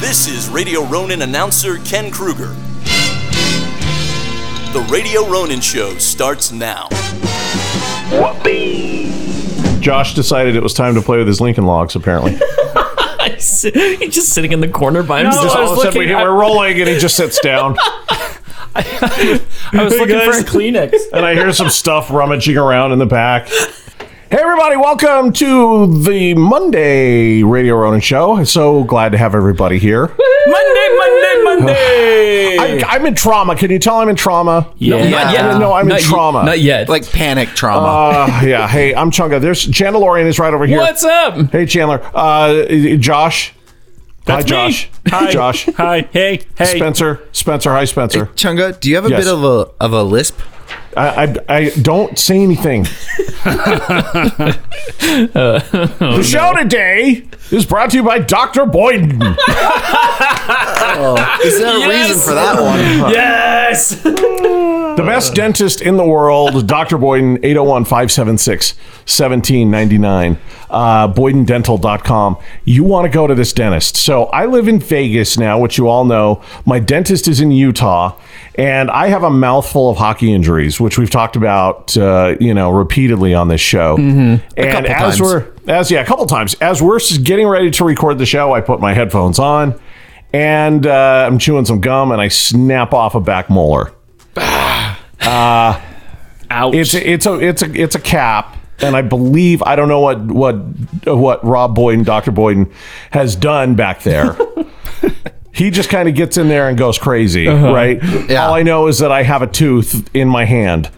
This is Radio Ronin announcer Ken Kruger. The Radio Ronin Show starts now. Josh decided it was time to play with his Lincoln Logs. Apparently, He's just sitting in the corner by He's himself. just all of a sudden we hear, we're rolling, and he just sits down. I was looking for guys. a Kleenex. and I hear some stuff rummaging around in the back. Hey everybody, welcome to the Monday Radio Ronin show. So glad to have everybody here. Monday, Monday, Monday. I, I'm in trauma. Can you tell I'm in trauma? yeah. No, not yet. no, I'm Not in ye- trauma. not yet. like panic trauma. Uh, yeah. Hey, I'm Chunga. There's Chandalorian is right over here. What's up? Hey Chandler. Uh, Josh. hi me. Josh. Hi. Josh. Hi. Hey. Hey. Spencer. Spencer. Hi Spencer. Chunga, do you have a Yes. bit of a of a lisp? I, I, I don't say anything. the show today is brought to you by Dr. Boyden. Is there a reason for that one? Yes. the best dentist in the world, Dr. Boyden, 801 576 1799, Uh, boydendental.com. You want to go to this dentist. So I live in Vegas now, which you all know. My dentist is in Utah, and I have a mouthful of hockey injuries, which we've talked about, uh, you know, repeatedly on this show. And Mm-hmm. couple as times. we're as yeah, a couple times. As we're s- getting ready to record the show, I put my headphones on and uh, I'm chewing some gum and I snap off a back molar. Ouch. It's it's a it's a it's a cap, and I believe I don't know what what what Rob Boyden, Doctor Boyden, has done back there. he just kind of gets in there and goes crazy, right? Yeah. All I know is that I have a tooth in my hand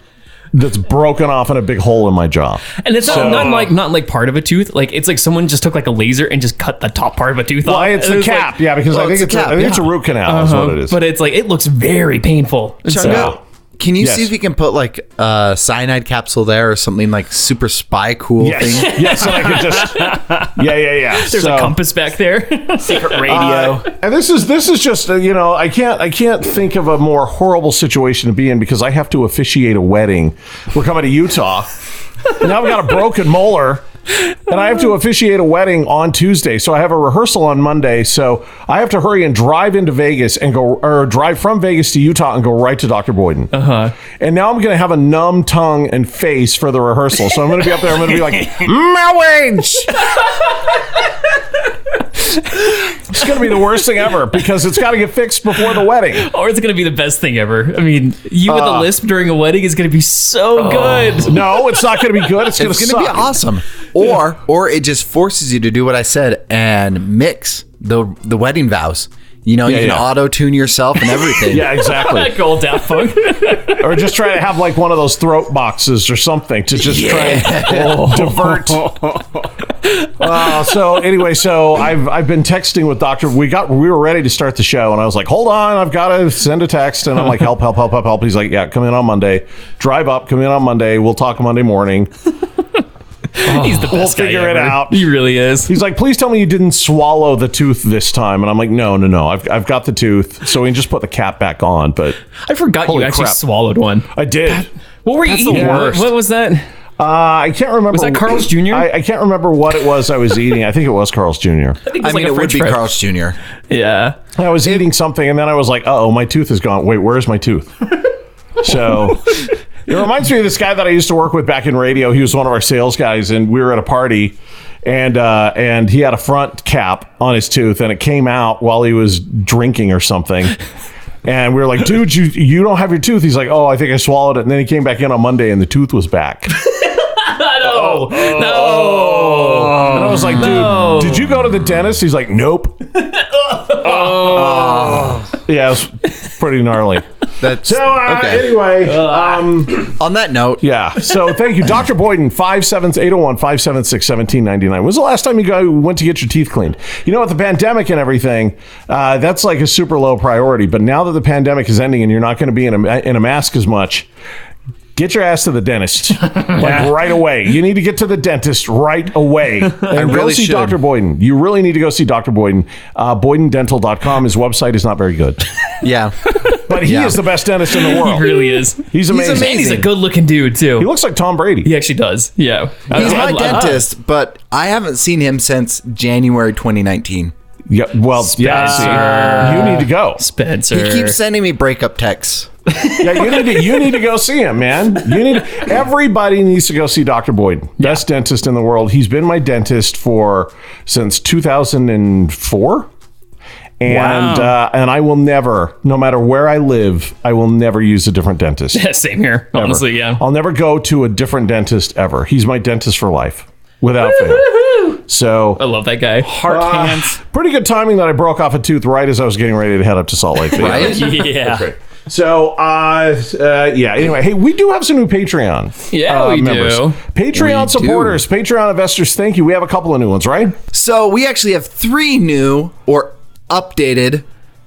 that's broken off in a big hole in my jaw. And it's not, not like not like part of a tooth. Like it's like someone just took like a laser and just cut the top part of a tooth Well, off. it's the was like- cap, yeah, because I Well, think it's, it's a a, cap, I think yeah. it's a root canal is what it is. But it's like it looks very painful. And so- Chunga, can you Yes. see if you can put like a cyanide capsule there or something like super spy cool yes, thing? yes, and I could just yeah, yeah, yeah. there's a compass back there. Secret radio. Uh, And this is this is just uh, you know I can't I can't think of a more horrible situation to be in because I have to officiate a wedding. We're coming to Utah. and I've got a broken molar, and I have to officiate a wedding on Tuesday. So I have a rehearsal on Monday. So I have to hurry and drive into Vegas and go, or drive from Vegas to Utah and go right to Dr. Boyden. Uh huh. And now I'm going to have a numb tongue and face for the rehearsal. So I'm going to be up there. I'm going to be like, marriage. it's going to be the worst thing ever because it's got to get fixed before the wedding. or it's gonna be the best thing ever. I mean, you with Uh. a lisp during a wedding is gonna be Oh. so good. No, it's not going to be good. It's going It's to gonna be awesome. Or or it just forces you to do what I said and mix the the wedding vows. You know, Yeah, you can yeah. auto tune yourself and everything. Yeah, exactly. Gold Daft Punk. or just try to have like one of those throat boxes or something to just try and Oh. divert. Uh, so anyway, so I've I've been texting with Doctor. We got we were ready to start the show, and I was like, "Hold on, I've got to send a text." And I'm like, "Help, help, help, help, help." He's like, "Yeah, come in on Monday. Drive up. Come in on Monday. We'll talk Monday morning." Oh. He's the best We'll guy figure it ever. out. He really is. He's like, "Please tell me you didn't swallow the tooth this time." And I'm like, "No, no, no. I've I've got the tooth." So we just put the cap back on, but I forgot Holy you actually crap. swallowed one. I did. What were you the eating? worst. What, what was that? Uh, I can't remember. Was that Carl's Jr.? I, I can't remember what it was I was eating. I think it was Carl's Jr. I think I mean, a it would French be fry. Carl's Jr. Yeah. I was eating something, and then I was like, "Oh, my tooth is gone. Wait, where's my tooth?" So it reminds me of this guy that I used to work with back in radio. He was one of our sales guys, and we were at a party, and uh, and he had a front cap on his tooth, and it came out while he was drinking or something. And we were like, "Dude, you you don't have your tooth." He's like, "Oh, I think I swallowed it." And then he came back in on Monday, and the tooth was back. No. no. Oh, And I was like, dude, Oh. did you go to the dentist? He's like, nope. oh. Yeah, it was pretty gnarly. That's So, uh, okay. anyway, um, On that note, yeah. So, thank you, Dr. Boyden, 57801-576-1799. When's the last time you go, went to get your teeth cleaned? You know, with the pandemic and everything, uh, that's like a super low priority. But now that the pandemic is ending and you're not going to be in a, in a mask as much, get your ass to the dentist like right away. You need to get to the dentist right away. And go really see should. Dr. Boyden. You really need to go see Dr. Boyden. Uh, BoydenDental.com. His website is not very good, yeah. but he Yeah. is the best dentist in the He world. really is. He's amazing. And he's a good looking dude, too. He looks like Tom Brady. He actually does. Yeah. He's I- my I- I- dentist, but I haven't seen him since January 2019. Yeah, well, yeah. See, you need to go. Spencer. He keeps sending me breakup texts. Yeah, you need to. You need to go see him, man. You need. Everybody needs to go see Doctor Boyd, best dentist in the world. He's been my dentist for since 2004. And uh, and I will never, no matter where I live, I will never use a different dentist. Same here, Ever. honestly. Yeah. I'll never go to a different dentist ever. He's my dentist for life, without fail. So uh, I love that guy. Heart Ah. hands. pretty good timing that I broke off a tooth right as I was getting ready to head up to Salt Lake. Right? Yeah. So, uh, uh, yeah. Anyway, hey, we do have some new Patreon. Yeah, uh, we do. Patreon We supporters, Patreon investors. Thank you. We have a couple of new ones, right? So we actually have three new or updated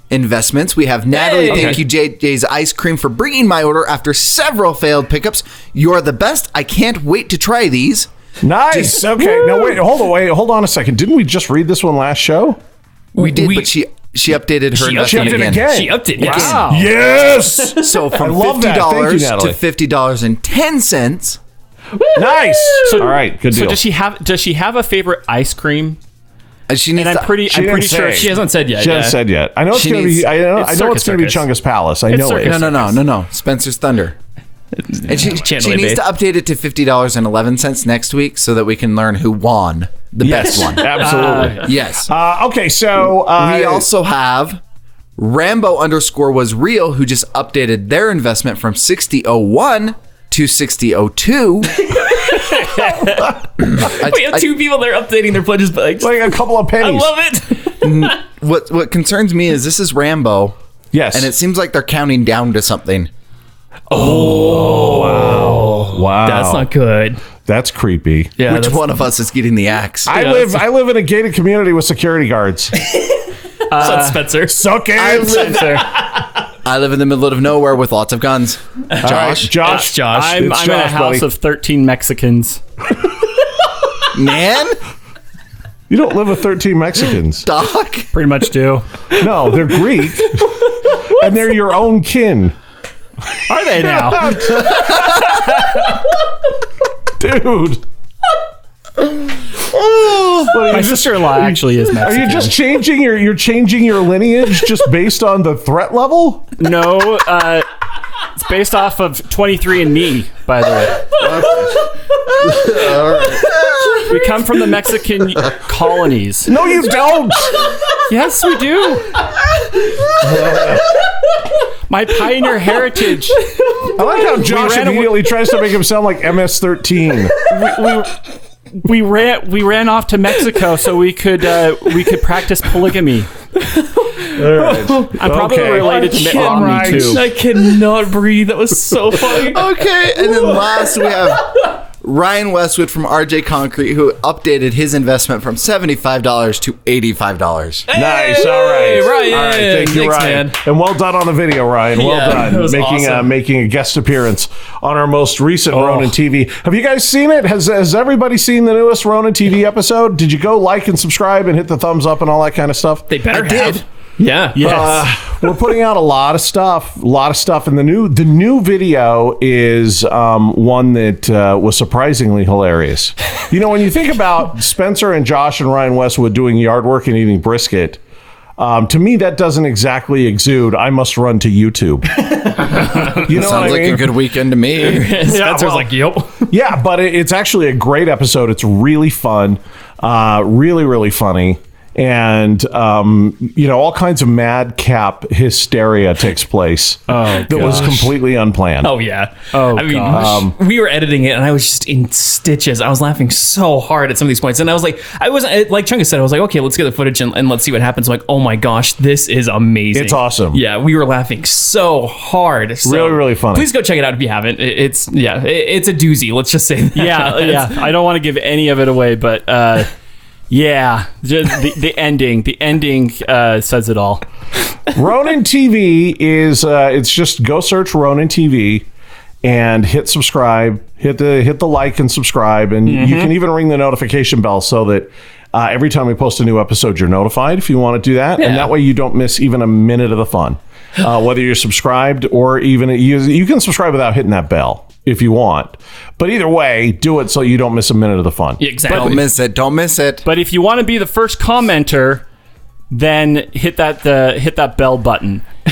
investments. We have Natalie, Hey. thank you, JJ's Ice Cream, for bringing my order after several failed pickups. You're the best. I can't wait to try these. Nice. Okay. Now wait. Hold on. Wait. Hold on a second. Didn't we just read this one last show? We did, but she she updated her She investment updated again. again. She upped it. Yes. Wow. Yes. So I from love fifty that. Thank you, dollars Natalie. to fifty dollars and ten cents. nice. All right. Good So deal. does she have does she have a favorite ice cream? uh, She needs. And to- I'm pretty I'm didn't pretty sure say. She hasn't said yet. She hasn't yeah. said yet. I know it's She gonna needs- be. I know. I it's know it's circus, gonna be circus. Chungus Palace. I It's know circus. No, no, no, no, no. Spencer's Thunder. And she, she Chandelier needs Bay. to update it to fifty dollars and eleven cents next week, so that we can learn who won the it. best one. Yes. Absolutely. Yes. Uh, okay. So uh, we also have Rambo underscore was real, who just updated their investment from sixty oh one to sixty oh two. We have two people that are updating their pledges, but like, like a couple of I pennies. love it. What what concerns me is this is Rambo, Yes. and it seems like they're counting down to something. wow. That's not good. That's creepy. Yeah. Which that's- one of us is getting the axe? I Yeah, live. that's- I live in a gated community with security guards. that's Spencer. Suck it. I live, Spencer. I live in the middle of nowhere with lots of guns. Josh, Josh. Josh. I'm, It's I'm in a Josh, house buddy. of 13 Mexicans. man, You don't live with 13 Mexicans. Doc. Pretty much do. No, they're Greek, and they're your own kin, Are they now? dude. Oh. My sister-in-law actually is Are Mexican. you just changing your? You're changing your lineage just based on the threat level? No, uh, it's based off of 23 and Me, by the way. We come from the Mexican colonies. No, you don't. Yes, we do. My pioneer heritage. I like how Josh ran away- immediately tries to make him sound like MS-13. We ran we ran off to Mexico so we could uh, we could practice polygamy. I'm probably Okay. related to Fucking Omni right. too. I cannot breathe. That was so funny. Okay, and then last we have Ryan Westwood from RJ Concrete, who updated his investment from seventy-five dollars to eighty-five dollars. Nice. All right. Hey, Ryan. All right. Thank you, Thanks, Ryan. man. And well done on the video, Ryan. Well Yeah, that done. was Making uh, awesome. Oh. making a guest appearance on our most recent Ronin TV. Have you guys seen it? Has has everybody seen the newest Ronin TV episode? Did you go like and subscribe and hit the thumbs up and all that kind of stuff? They better I did. have. Yeah. Yes. Uh, we're putting out a lot of stuff, a lot of stuff, and the new the new video is um, one that uh, was surprisingly hilarious. You know, when you think about Spencer and Josh and Ryan Westwood doing yard work and eating brisket. Um, to me, that doesn't exactly exude. I must run to YouTube. you know what I Sounds like mean? a good weekend to me. Spencer's well- like, yep. yeah, but it, it's actually a great episode. It's really fun, uh, really, really funny. And um, you know, all kinds of madcap hysteria takes place that was completely unplanned. Oh yeah. Oh, I mean, Um, we were editing it, and I was just in stitches. I was laughing so hard at some of these points, and I was like, I was I- like Chungus said, I was like, okay, let's get the footage and, and let's see what happens. I'm like, oh my gosh, this is amazing. It's awesome. Yeah, we were laughing so hard. So Really, really funny. Please go check it out if you haven't. It- it's yeah, it, it's a doozy. Let's just say. That. yeah, yeah. I don't want to give any of it away, but uh, yeah, just the, the ending. The ending uh, says it all. Ronin TV is uh, it's just go search Ronin TV and hit subscribe, hit the hit the like and subscribe, and you can even ring the notification bell so that. Uh, every time we post a new episode, you're notified if you want to do that, and Yeah. that way you don't miss even a minute of the fun. Uh, whether you're subscribed or even you, you can subscribe without hitting that bell if you want, but either way, do it so you don't miss a minute of the fun. exactly. Don't miss it. Don't miss it. But if you want to be the first commenter, then hit that the hit that bell button.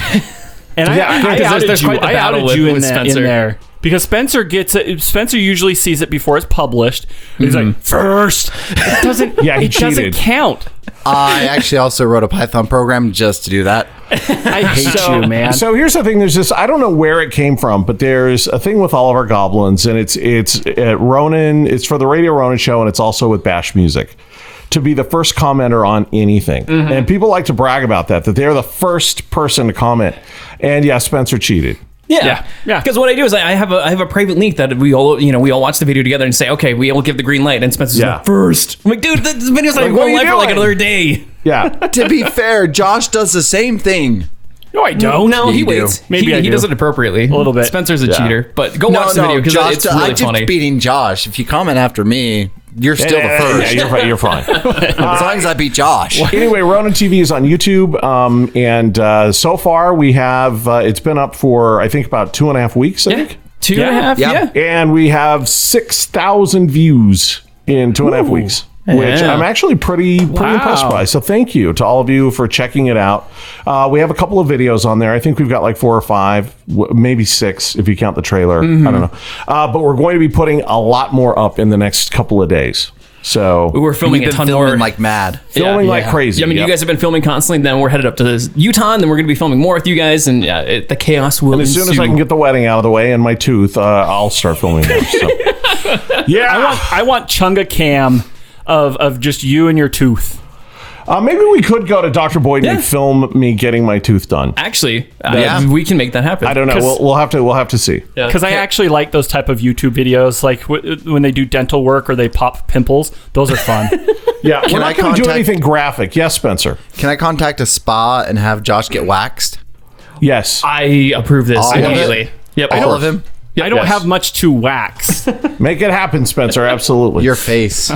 And Yeah, I, I, there's- outed there's you. quite the I battle outed with- you in, with that- in Spencer. there because Spencer gets it. Spencer usually sees it before it's published. He's like, first. It doesn't. Yeah, he it doesn't cheated. count. I actually also wrote a Python program just to do that. I hate you, man. So here's the thing: there's this. I don't know where it came from, but there's a thing with all of our goblins, and it's it's at Ronin. It's for the Radio Ronin show, and it's also with Bash Music. To be the first commenter on anything, Mm-hmm. and people like to brag about that—that they're the first person to comment. And yeah, Spencer cheated. Yeah, Yeah. Because what I do is I I have a I have a private link that we all you know we all watch the video together and say okay we all give the green light and Spencer's Yeah. like first. I'm like dude this this video's like, Like, what going are you live for like doing? another day. Yeah, to be fair, Josh does the same thing. no, I don't. No, he you do. waits. Maybe he, I he do. does it appropriately. A little bit. Spencer's a cheater, but go watch the video because Josh it's does- I really keep funny. beating Josh. If you comment after me, you're still the first. Yeah, you're, fi- you're fine. as long as I beat Josh. anyway, Ronin TV is on YouTube, um, and uh, so far we have uh, it's been up for I think about two and a half weeks. I think. Two and a Yeah. half, Yeah. yeah. and we have 6,000 views in two and a half weeks, which Yeah. I'm actually pretty pretty impressed by. So thank you to all of you for checking it out. Uh, we have a couple of videos on there. I think we've got like four or five, w- maybe six if you count the trailer. Mm-hmm. I don't know, uh, but we're going to be putting a lot more up in the next couple of days. So We were filming You've a been ton filming more. like mad. filming like crazy. Yeah, I mean, Yep. you guys have been filming constantly. Then we're headed up to this Utah, and then we're going to be filming more with you guys, and yeah, it, the chaos will As ensue. soon as I can get the wedding out of the way and my tooth, uh, I'll start filming. More, so. yeah, I want I want Chunga Cam of of just you and your tooth. Uh, maybe we could go to Dr. Boyd Yeah. and film me getting my tooth done. Actually, Yeah. uh, we can make that happen. I don't know. 'Cause- We'll, we'll have to we'll have to see. Because I actually like those type of YouTube videos, like w- when they do dental work or they pop pimples. Those are fun. Yeah, we're I not going to do contact- anything graphic. Yes, Spencer. Can I contact a spa and have Josh get waxed? Yes, I approve this All of it? immediately. Yep. All of him. I don't Yes. have much to wax. make it happen, Spencer. Absolutely. Your face.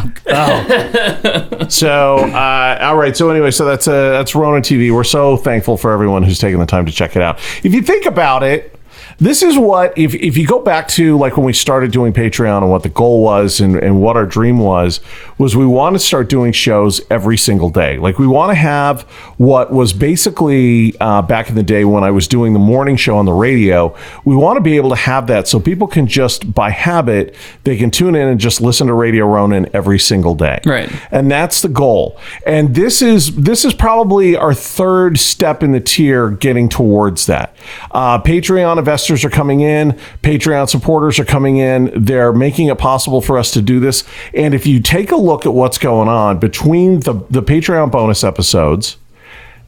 so, uh, all right. So anyway, so that's uh, that's Ronin TV. We're so thankful for everyone who's taken the time to check it out. If you think about it. This is what if, if you go back to like when we started doing Patreon and what the goal was and, and what our dream was was we want to start doing shows every single day. Like we want to have what was basically uh, back in the day when I was doing the morning show on the radio. We want to be able to have that so people can just by habit they can tune in and just listen to Radio Ronin every single day. Right. And that's the goal. And this is this is probably our third step in the tier getting towards that. Uh, Patreon investors are coming in. Patreon supporters are coming in. They're making it possible for us to do this. And if you take a look at what's going on between the the Patreon bonus episodes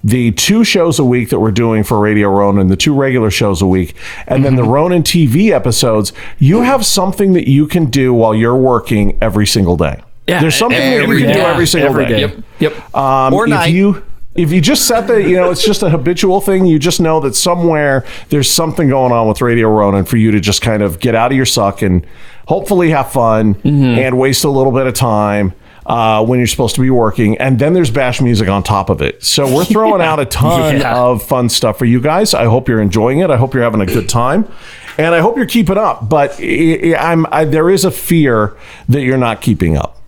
the two shows a week that we're doing for Radio Ronin, the two regular shows a week, and then the Ronin TV episodes, you have something that you can do while you're working every single day. Yeah, There's something that every you can do day. every single Every day. day. Yep. Yep. Um, Or if night. you if you just set the you know it's just a habitual thing you just know that somewhere there's something going on with radio ronin for you to just kind of get out of your suck and hopefully have fun Mm-hmm. and waste a little bit of time uh, when you're supposed to be working and then there's bash music on top of it so we're throwing out a ton Yeah. of fun stuff for you guys i hope you're enjoying it i hope you're having a good time and i hope you're keeping up but i- i- i'm I, there is a fear that you're not keeping up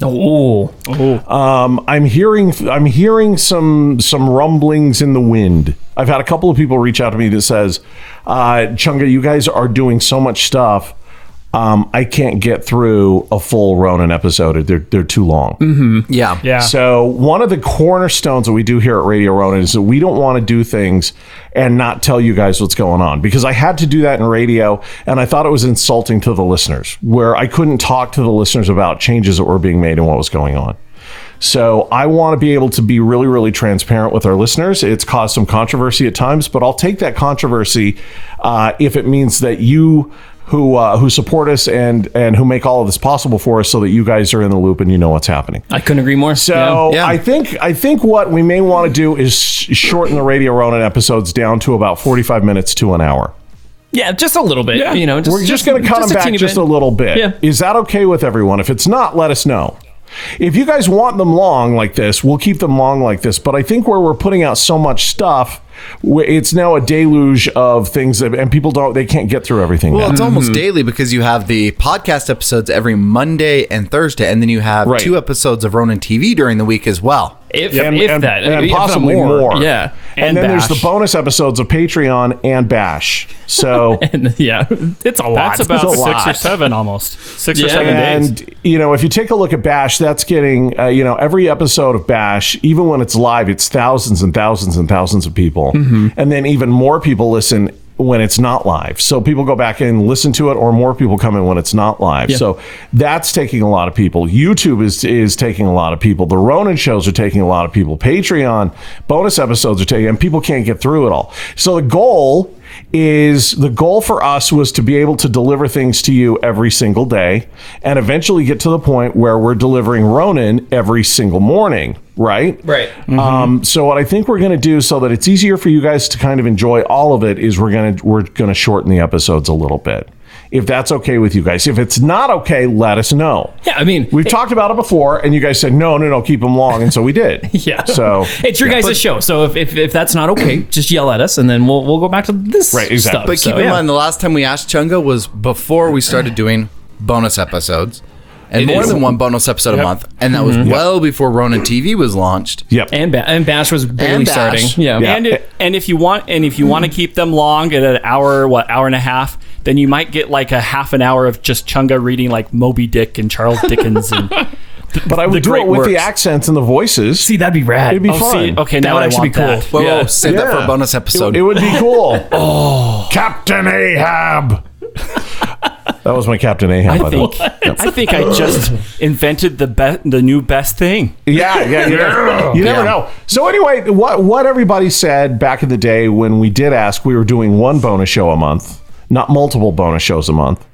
oh. um, I'm hearing I'm hearing some some rumblings in the wind. I've had a couple of people reach out to me that says, uh, "Chunga, you guys are doing so much stuff. Um, I can't get through a full Ronin episode. They're they're too long." Yeah. Yeah. So one of the cornerstones that we do here at Radio Ronin is that we don't want to do things and not tell you guys what's going on because I had to do that in radio and I thought it was insulting to the listeners where I couldn't talk to the listeners about changes that were being made and what was going on. So I want to be able to be really, really transparent with our listeners. It's caused some controversy at times, but I'll take that controversy uh, if it means that you who uh, who support us and and who make all of this possible for us, so that you guys are in the loop and you know what's happening. I couldn't agree more. So Yeah. I think I think what we may want to do is sh- shorten the Radio Ronin episodes down to about forty-five minutes to an hour. yeah, Yeah, just a little bit. You know, just, We're just, going to cut them back teeny just bit. a little bit. Yeah. Is that okay with everyone? If it's not, let us know. If you guys want them long like this, we'll keep them long like this. But I think where we're putting out so much stuff, wh- it's now a deluge of things, that, and people don't they can't get through everything. Well, now. it's almost daily because you have the podcast episodes every Monday and Thursday, and then you have Right. two episodes of Ronin TV during the week as well. if, and, if and- that, and if not possibly more. Yeah. And, And then there's Bash. the bonus episodes of Patreon and Bash. So And yeah, it's a lot. That's about It's a six or lot. seven almost. Six or Yeah. seven days. and you know if you take a look at Bash, that's getting uh, you know every episode of Bash, even when it's live, it's thousands and thousands and thousands of people, Mm-hmm. and then even more people listen when it's not live. So people go back and listen to it, or more people come in when it's not live. So that's taking a lot of people. YouTube is is taking a lot of people. The Ronin shows are taking a lot of people. Patreon bonus episodes are taking, and people can't get through it all. So the goal is the goal for us was to be able to deliver things to you every single day and eventually get to the point where we're delivering Ronin every single morning, right? Right. Um, so what I think we're going to do so that it's easier for you guys to kind of enjoy all of it is we're going to we're going to shorten the episodes a little bit. If that's okay with you guys. If it's not okay, let us know. Yeah, I mean, We've talked about it before and you guys said no, no, no, keep them long and so we did. Yeah. So it's your guys' show. So if, if, if that's not okay, just yell at us and then we'll we'll go back to this Right, exactly. stuff. But But So, keep in yeah. mind, the last time we asked Chunga was before we started doing bonus episodes, and more is. than one bonus episode a month, and that was Mm-hmm. well before Ronin TV was launched. Yep. and ba- and Bash was barely And Bash. starting. Yeah. Yeah. And it, and if you want and if you want to Hmm. keep them long at an hour, what hour and a half, then you might get like a half an hour of just Chunga reading like Moby Dick and Charles Dickens. And but I the would do great it with the works. accents and the voices. See, that'd be rad. It'd be Oh, fun. see, okay, That now would I actually want be cool. that. Whoa, whoa, save that for a bonus episode. It, it would be cool. oh, Captain Ahab. Oh. that was my Captain Ahab. I think I think I just invented the be- the new best thing. Yeah, yeah, you never, you never Yeah. know. So anyway, what what everybody said back in the day when we did ask, we were doing one bonus show a month, not multiple bonus shows a month.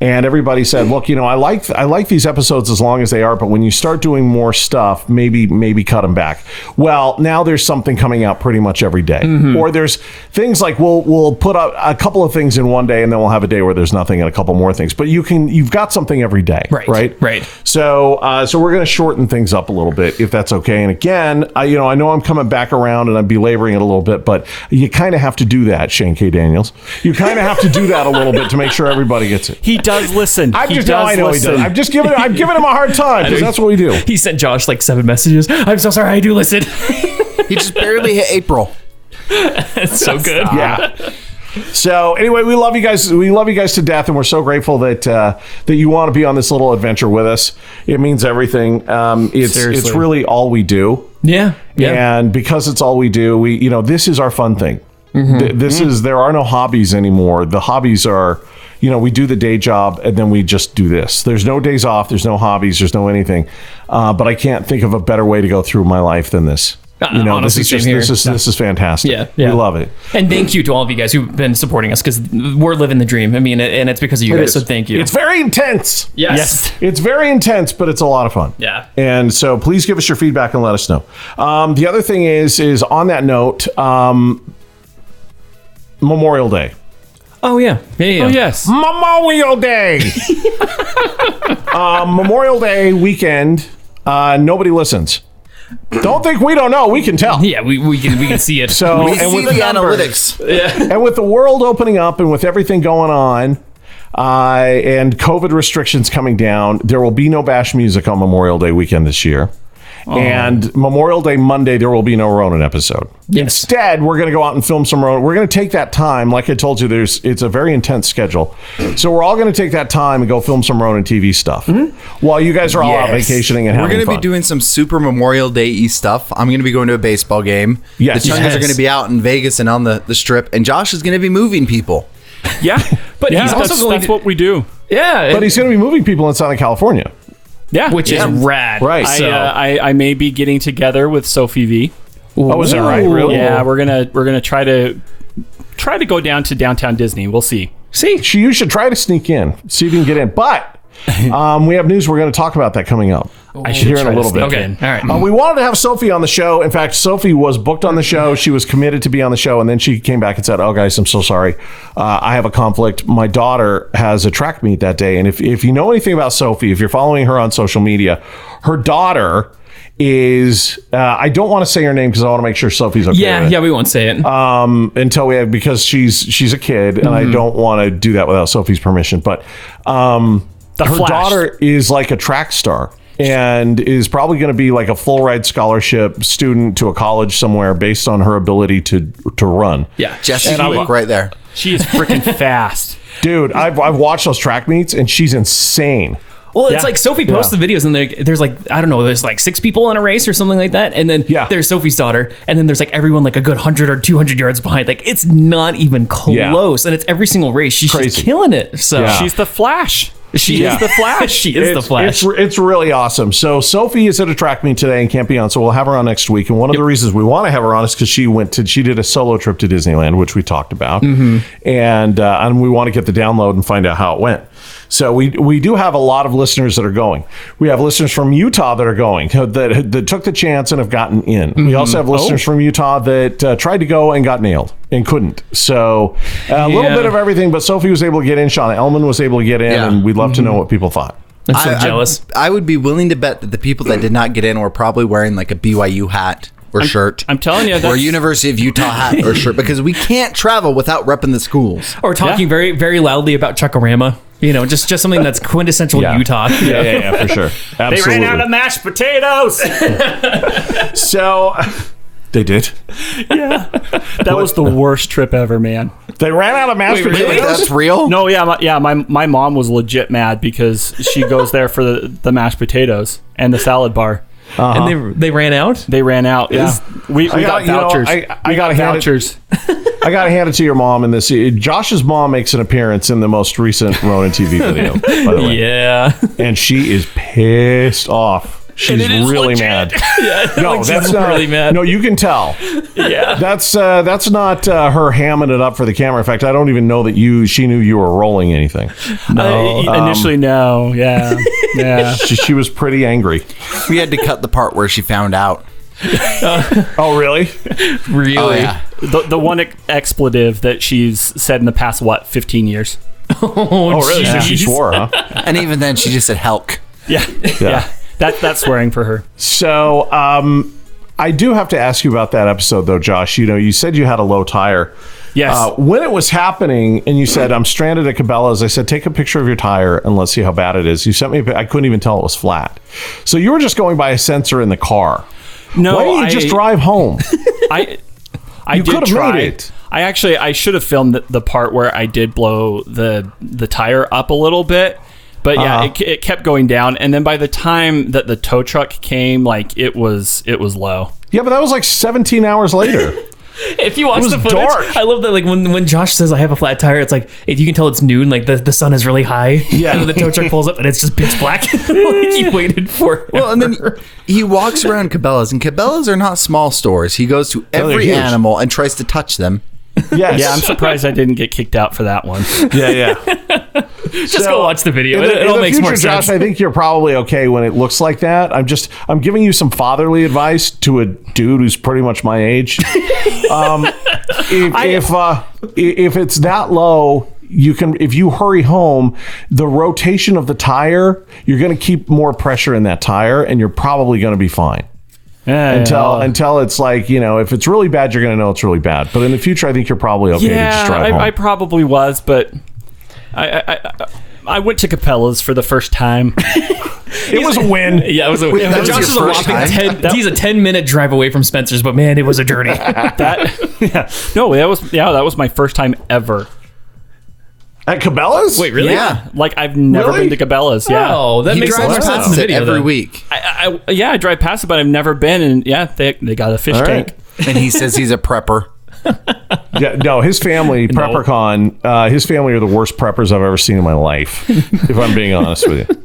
And everybody said, "Look, you know, I like I like these episodes as long as they are, but when you start doing more stuff, maybe maybe cut them back." Well, now there's something coming out pretty much every day. Mm-hmm. or there's things like we'll we'll put up a couple of things in one day, and then we'll have a day where there's nothing and a couple more things. But you can you've got something every day, Right, Right, right. so, uh, so we're going to shorten things up a little bit, if that's okay. And again, I, you know, I know I'm coming back around and I'm belaboring it a little bit, but you kind of have to do that, Shane K. Daniels. You kind of have to do that a little bit to make sure everybody gets it. He does listen. I'm he just, no, does I know listen. he does. I'm just giving, I'm giving him a hard time because that's what we do. He sent Josh like seven messages. I'm so sorry. I do listen. he just barely hit April. it's so good. yeah. So anyway, we love you guys. We love you guys to death, and we're so grateful that uh, that you want to be on this little adventure with us. It means everything. Um, it's Seriously. it's really all we do. Yeah. Yeah. and because it's all we do we you know this is our fun thing Mm-hmm. Th- this is there are no hobbies anymore the hobbies are you know we do the day job and then we just do this there's no days off there's no hobbies there's no anything uh, but i can't think of a better way to go through my life than this Uh, you know honestly, this is same just here. this is this is fantastic Yeah, yeah. we love it And thank you to all of you guys who've been supporting us because we're living the dream. I mean, and it's because of you guys. So thank you. it's very intense yes. It's very intense, but it's a lot of fun. Yeah. And so please give us your feedback and let us know. Um, the other thing is, is on that note, um, Memorial Day. Oh yeah. Yeah. yeah. Oh yes. Memorial Day. um, Memorial Day weekend. Uh, nobody listens. Don't think we don't know. We can tell. Yeah. We, we can we can see it. So We and see with the the analytics. and with the world opening up and with everything going on uh, and COVID restrictions coming down, there will be no bash music on Memorial Day weekend this year. Oh. And Memorial Day Monday, there will be no Ronin episode. yes. Instead, we're going to go out and film some Ronin. We're going to take that time, like I told you, there's it's a very intense schedule. So we're all going to take that time and go film some Ronin TV stuff while you guys are all out Yes. vacationing and Mm-hmm. We're having going to fun. be doing some super Memorial Day y stuff. I'm going to be going to a baseball game. Yes. The Chungas Yes. are going to be out in Vegas and on the, the strip, and Josh is going to be moving people. Yeah. But Yeah, he's that's- also going that's that's what we do. Yeah. but he's going to be moving people in Southern California. Yeah. which yeah. is rad. Right. I, So. uh, I I may be getting together with Sophie V. Oh, is that right? Really? Yeah, we're gonna we're gonna try to try to go down to downtown Disney. We'll see. See. She, you should try to sneak in, see if you can get in. But um, we have news. We're going to talk about that coming up. I should hear in a little bit. Okay. All right. Uh, we wanted to have Sophie on the show. In fact, Sophie was booked on the show. She was committed to be on the show, and then she came back and said, "Oh, guys, I'm so sorry. Uh, I have a conflict. My daughter has a track meet that day, and if if you know anything about Sophie, if you're following her on social media, her daughter." Is uh, I don't want to say her name because I want to make sure Sophie's okay. yeah. with it Yeah. We won't say it. um, until we have because she's she's a kid and I don't want to do that without Sophie's permission. But um, her Flash. daughter is like a track star. and is probably going to be like a full ride scholarship student to a college somewhere based on her ability to to run. Yeah. Jesse And I Quick wa- right there. She is freaking fast. Dude, I've, I've watched those track meets and she's insane. Well, it's Yeah. like Sophie posts the videos, and there- there's like I don't know, there's like six people in a race or something like that, and then Yeah. there's Sophie's daughter, and then there's like everyone like a good hundred or two hundred yards behind. Like it's not even Yeah. close, and it's every single race. She's Crazy. just killing it. So Yeah. She's the Flash. She Ah. Yeah. is the Flash. she is the It's, Flash. It's, it's really awesome. So Sophie is at a track meet today and can't be on, so we'll have her on next week. And one of the reasons we want to have her on is because she went to she did a solo trip to Disneyland, which we talked about, Mm-hmm. and uh, and we want to get the download and find out how it went. So we we do have a lot of listeners that are going. We have listeners from Utah that are going uh, that that took the chance and have gotten in. Mm-hmm. We also have listeners Oh. from Utah that uh, tried to go and got nailed and couldn't. So a little Yeah. bit of everything, but Sophie was able to get in. Shauna Elman was able to get in, Yeah. and we'd love to Mm-hmm. know what people thought. I'm so jealous. I, would be willing to bet that the people that did not get in were probably wearing like a BYU hat or shirt. I'm telling you, or that's- University of Utah hat or shirt because we can't travel without repping the schools. or talking Yeah. very very loudly about Chuckarama. You know, just just something that's quintessential Yeah. Utah. yeah, yeah, yeah, for sure. Absolutely. mashed potatoes. so they did. that was the worst trip ever, man. They ran out of mashed Wait, potatoes. that's real? No, yeah, my, yeah. My my mom was legit mad because she goes there for the, the mashed potatoes and the salad bar. Uh-huh. And they they ran out. They ran out. Yeah, we, we I got- got, you know, vouchers. I- I we gotta got hand it- vouchers. I got to hand it to your mom in this. Josh's mom makes an appearance in the most recent Ronin TV video, by the way, Yeah. and she is pissed off. She's it is really legit. mad. yeah. No, Like, she's that's not. really mad. No, you can tell. yeah. That's uh, that's not uh, her hamming it up for the camera. In fact, I don't even know that you. She knew you were rolling anything. No, Uh, um, initially, no. Yeah, yeah. She, she was pretty angry. We had to cut the part where she found out. Oh, really? Really. Oh, yeah. the the one ex- expletive that she's said in the past what 15 years. Oh, really? So she jeez. swore, huh? And even then, she just said "helk." Yeah, yeah. That that's swearing for her. So, um, I do have to ask you about that episode, though, Josh. You know, you said you had a low tire. Yes. Uh, when it was happening, and you said, "I'm stranded at Cabela's," I said, "Take a picture of your tire and let's see how bad it is." You sent me. a pic- I couldn't even tell it was flat. So you were just going by a sensor in the car. no, Why didn't you I, just drive home? I I You did could've try. made it. I actually I should have filmed the, the part where I did blow the the tire up a little bit. But yeah, Uh-huh. it, it kept going down, and then by the time that the tow truck came, like it was it was low. yeah, but that was like 17 hours later. If you watch was the footage, dark. I love that. Like when, when Josh says I have a flat tire, it's like if you can tell it's noon. Like the, the sun is really high. Yeah, and then the tow truck pulls up and it's just pitch black. like you waited for. Well, and then he walks around Cabela's, and Cabela's are not small stores. He goes to they're every huge. animal and tries to touch them. Yes. Yeah, I'm surprised I didn't get kicked out for that one. yeah, yeah. just go watch the video. In It, the- it in all the makes more future, Josh, sense. I think you're probably okay when it looks like that. I'm just I'm giving you some fatherly advice to a dude who's pretty much my age. um, if if, uh, i- if it's that low, you can if you hurry home, the rotation of the tire, you're going to keep more pressure in that tire, and you're probably going to be fine. Yeah, Until, until it's like you know if it's really bad you're gonna know it's really bad but in the future I think you're probably okay to just drive home. I, I probably was, but I, I, I, I went to Capella's for the first time. it was a win. Yeah, it was a. that was Josh your is a first whopping time? ten. he's a ten minute drive away from Spencer's, but man, it was a journey. That yeah, no, that was yeah, that was my first time ever. At Cabela's? Wait, really? Yeah, Like I've never Really? been to Cabela's. Yeah, Oh, that he makes a lot more drives sense in past the it video. every then. week, I, I, yeah, I drive past it, but I've never been. And yeah, they they got a fish All tank. right. and he says he's a prepper. Yeah, no, his family, PrepperCon, uh, his family are the worst preppers I've ever seen in my life, if I'm being honest with you.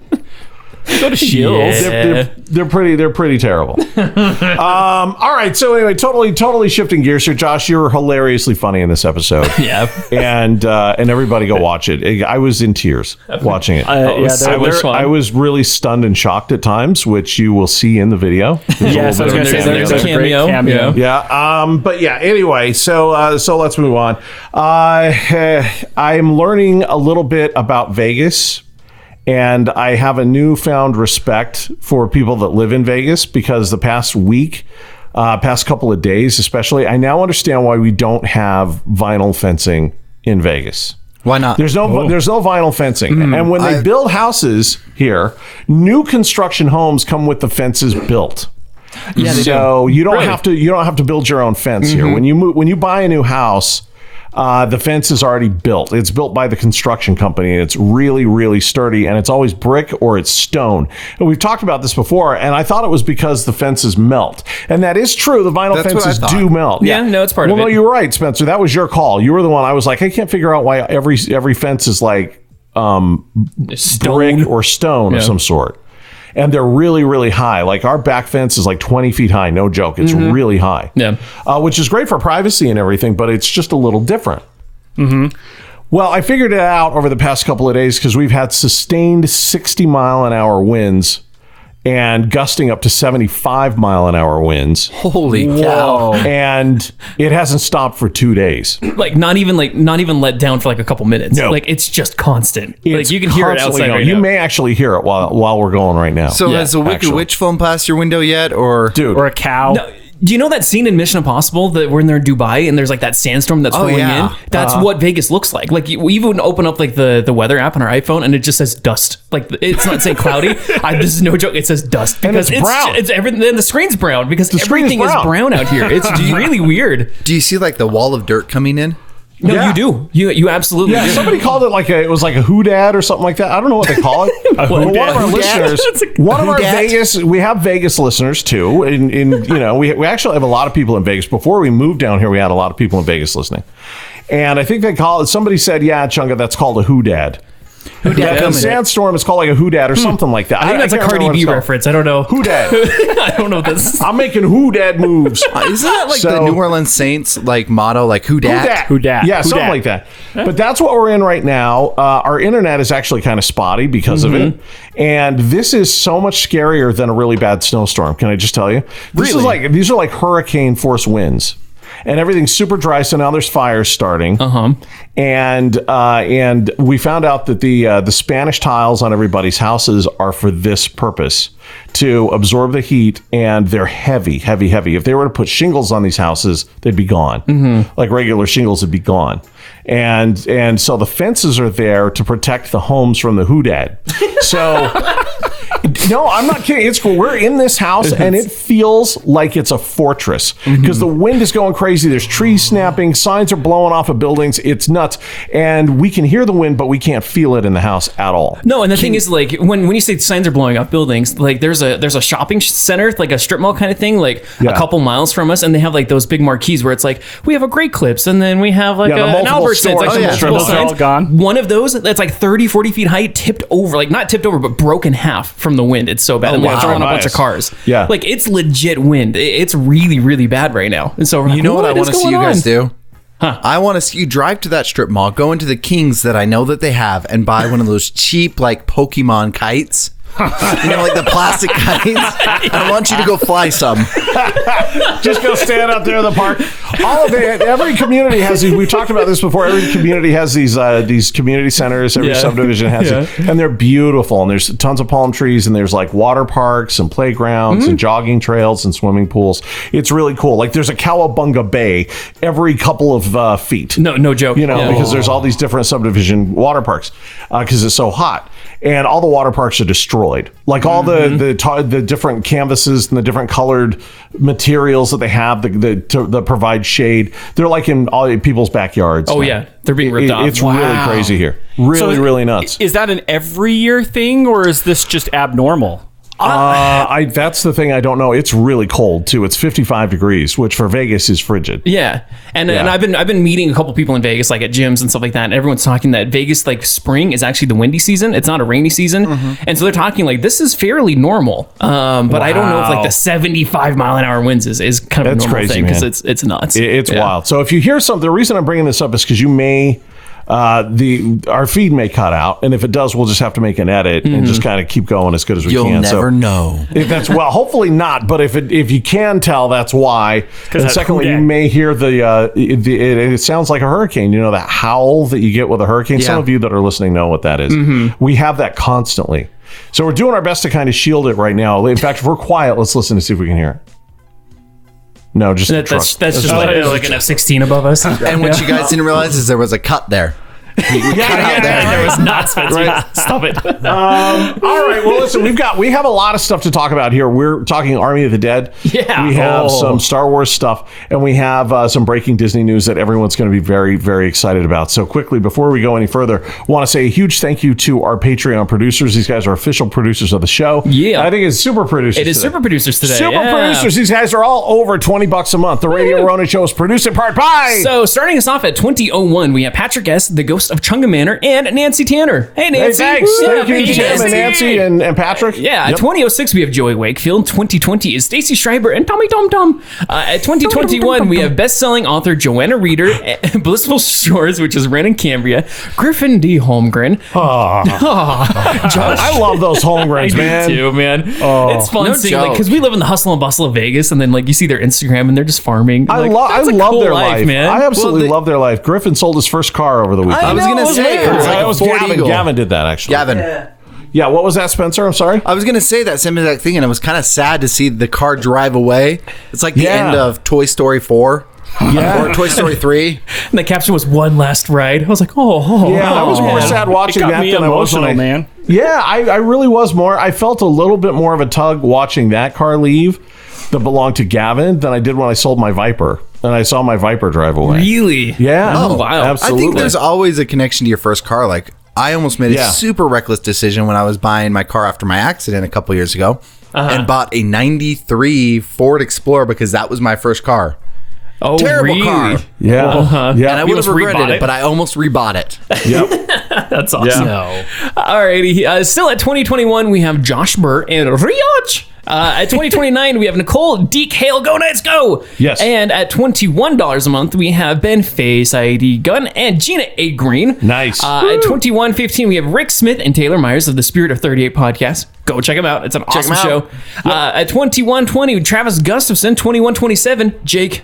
Go to Shields. Yeah. They're, they're, they're pretty they're pretty terrible. um, all right, so anyway, totally totally shifting gears here, Josh. You were hilariously funny in this episode. Yeah. And uh, and everybody go watch it. I was in tears watching it. Uh, I yeah, they're- was they're- I was really stunned and shocked at times, which you will see in the video. There's a Yeah, so I little was bit gonna of cameo say there's there. a great Cameo. cameo. Yeah. Yeah. Um, but yeah. Anyway, so uh, so let's move on. Uh, I'm learning a little bit about Vegas, and I have a newfound respect for people that live in Vegas because the past week. Uh, past couple of days, especially, I now understand why we don't have vinyl fencing in Vegas. Why not? There's no there's no vinyl fencing. Mm-hmm. And when they I- build houses here, new construction homes come with the fences built. Yeah, so you don't have to you don't have to build your own fence Mm-hmm. here. When you move when you buy a new house, uh, the fence is already built. It's built by the construction company. and It's really really sturdy, and it's always brick or it's stone. And we've talked about this before, and I thought it was because the fences melt, and that is true. The vinyl That's what I fences thought. do melt. Yeah, no, it's part of Well, it. no, you're right, Spencer. That was your call. You were the one. I was like, I can't figure out why every every fence is like um, brick or stone of some sort, and they're really really high. Like our back fence is like 20 feet high. No joke. It's really high. Mm-hmm. Yeah. uh, which is great for privacy and everything, but it's just a little different. Mm-hmm. Well, I figured it out over the past couple of days because we've had sustained 60 mile an hour winds and gusting up to 75 mile an hour winds Holy cow. and it hasn't stopped for two days. like not even like not even let down for like a couple minutes. No. Like it's just constant. like It's you can hear it constantly outside. going. Right you now. may actually hear it while while we're going right now. So has the Wicked actually. Witch foam past your window yet, or dude, or a cow. No, do you know that scene in Mission Impossible that we're in there in Dubai and there's like that sandstorm Oh, that's rolling yeah. in? That's Uh-huh. what Vegas looks like. Like you, we even open up like the, the weather app on our iPhone and it just says dust. Like it's not saying cloudy. I, this is no joke. It says dust And because it's brown. It's, everything. Then the screen's brown because screen is everything is brown. brown. out here. It's really weird. do you see like the wall of dirt coming in? No, Yeah. you do. You you absolutely yeah, do. somebody called it like a it was like a hoodad or something like that. I don't know what they call it. But one of our Whodad? listeners, one of our Whodad? Vegas, we have Vegas listeners too. In in you know, we we actually have a lot of people in Vegas. Before we moved down here, we had a lot of people in Vegas listening. And I think they call it. Somebody said, "Yeah, Chunga, that's called a hoodad." Hoodad. The coming. sandstorm is called like a hoodad or something like that. Hmm. I think that's a can't Cardi remember what B it's called. reference. I don't know. Hoodad. I don't know this. I'm making who dad moves. Uh, Isn't that like the So- New Orleans Saints like motto, like who dat? Who dat? Yeah, Who something dat? like that. But that's what we're in right now. Uh, our internet is actually kind of spotty because of it. And this is so much scarier than a really bad snowstorm. Can I just tell you? This is like these are like hurricane force winds. And everything's super dry, so now there's fires starting. Uh-huh. And uh, and we found out that the uh, the Spanish tiles on everybody's houses are for this purpose to absorb the heat, and they're heavy, heavy, heavy. If they were to put shingles on these houses, they'd be gone. Like regular shingles would be gone. And and so the fences are there to protect the homes from the hoodad. So no, I'm not kidding. It's cool. We're in this house and it feels like it's a fortress because the wind is going crazy. There's trees snapping, signs are blowing off of buildings. It's nuts. And we can hear the wind, but we can't feel it in the house at all. No, and the thing is, like when when you say signs are blowing up buildings, like there's a there's a shopping sh- center, like a strip mall kind of thing, like a Yeah. couple miles from us, and they have like those big marquees where it's like we have a Great Clips, and then we have like Yeah, the a, an multiple Albertsons, stores. like Oh, the yeah. multiple Those are all signs. gone. One of those that's like 30, 40 feet high, tipped over, like not tipped over, but broken half from the wind. It's so bad, and Oh, wow. like throwing a bunch Nice. of cars. Yeah. like it's legit wind. It- It's really really bad right now. And so we're like, You know what, I want to see you guys do? I want to see you drive to that strip mall, go into the Kings that I know that they have, and buy one of those cheap like Pokemon kites. you know, like the plastic kites. I want you to go fly some. just go stand out there in the park. All of it. Every community has these. We've talked about this before. Every community has these uh, these community centers. Every subdivision has it, and they're beautiful. And there's tons of palm trees, and there's like water parks and playgrounds and jogging trails and swimming pools. It's really cool. Like there's a Cowabunga Bay every couple of uh, feet. No, no joke. You know, Yeah. because there's all these different subdivision water parks because it's so hot, and all the water parks are destroyed. Like all Mm-hmm. the the ta- the different canvases and the different colored materials that they have that the, to, that provide shade, they're like in all in people's backyards. Oh now. yeah, they're being ripped It- off. it's really crazy here. Really, So is- really nuts. Is that an every year thing or is this just abnormal? uh, I that's the thing I don't know. It's really cold too. It's 55 degrees, which for Vegas is frigid. Yeah, and and I've been I've been meeting a couple people in Vegas, like at gyms and stuff like that. And everyone's talking that Vegas like spring is actually the windy season. It's not a rainy season, Mm-hmm. and so they're talking like this is fairly normal. Um, but I don't know if like Wow. the seventy five mile an hour winds is, is kind of That's a normal crazy, thing because man. it's it's nuts. It- it's Yeah. wild. So if you hear something, the reason I'm bringing this up is because you may. Uh, the our feed may cut out, and if it does, we'll just have to make an edit and just kind of keep going as good as we Mm-hmm. can. You'll never so know. if that's well, hopefully not. But if it, if you can tell, that's why. And that's secondly, who dat. you may hear the uh, it, it, it sounds like a hurricane. You know that howl that you get with a hurricane. Some Yeah. Mm-hmm. of you that are listening know what that is. We have that constantly, so we're doing our best to kind of shield it right now. In fact, if we're quiet, let's listen to see if we can hear it. No, just the That, that's truck. that's just like, like an F sixteen above us. And what you guys didn't realize is there was a cut there. yeah, yeah, yeah, There right. was not Spencer. Right. Stop it. Um, all right. Well, listen, we've got we have a lot of stuff to talk about here. We're talking Army of the Dead. Yeah. We have Oh. some Star Wars stuff, and we have uh, some breaking Disney news that everyone's going to be very, very excited about. So quickly, before we go any further, want to say a huge thank you to our Patreon producers. These guys are official producers of the show. Yeah. I think it's super producers. it is today. super producers today. Super yeah. producers. These guys are all over twenty bucks a month. The Radio Rona show is produced in part by. So starting us off at 2001, we have Patrick S, the ghost of Chunga Manor, and Nancy Tanner. Hey hey, Nancy. thanks. Yeah, Thank you, Jim and Nancy. Nancy and, and Patrick. Yeah, Yep. at 2006 we have Joey Wakefield. 2020 is Stacy Schreiber and Tommy Tom Tom. Uh, at 2021 we have best-selling author Joanna Reeder, eh, Blissful Shores, which is Ren and Cambria, Griffin D. Holmgren. Oh, I love those Holmgrens, man. Oh. Me too, man. it's fun No seeing like joke. because we live in the hustle and bustle of Vegas, and then like you see their Instagram and they're just farming. I, Like, lo- I that's a love cool their life. man. I absolutely Well, they- love their life. Griffin sold his first car over the weekend. I was know, gonna it was say weird. it was That like was a Ford Gavin. Eagle. Gavin did that actually. Gavin. Yeah. What was that, Spencer? I'm sorry. I was gonna say that same exact thing, and I was kind of sad to see the car drive away. It's like the Yeah. end of Toy Story Four, Yeah. or Toy Story Three. And the caption was one last ride. I was like, oh, oh, Yeah, I was oh. more sad watching It got that me than I was when emotional, I- man. Yeah, I, I really was more. I felt a little bit more of a tug watching that car leave that belonged to Gavin than I did when I sold my Viper and I saw my Viper drive away. Really? Yeah. Oh, wow. Absolutely. I think there's always a connection to your first car. Like I almost made a Yeah. super reckless decision when I was buying my car after my accident a couple years ago, and bought a '93 Ford Explorer because that was my first car. Oh, Terrible really? car. yeah. Yeah. And I You would have almost rebought regretted it, it? but I almost rebought it. Yep. That's awesome. No. Alrighty. Uh, still at 2021, we have Josh Burr and Riach. Uh, at 2029, we have Nicole Deke Hale. Go Knights, go! Yes. And at $21 a month, we have Ben Face, ID Gunn, and Gina A. Green. Nice. Uh, at 21.15, we have Rick Smith and Taylor Myers of the Spirit of 38 podcast. Go check them out. It's an awesome 'em out. show. Uh, at 21.20, Travis Gustafson. 21.27, Jake.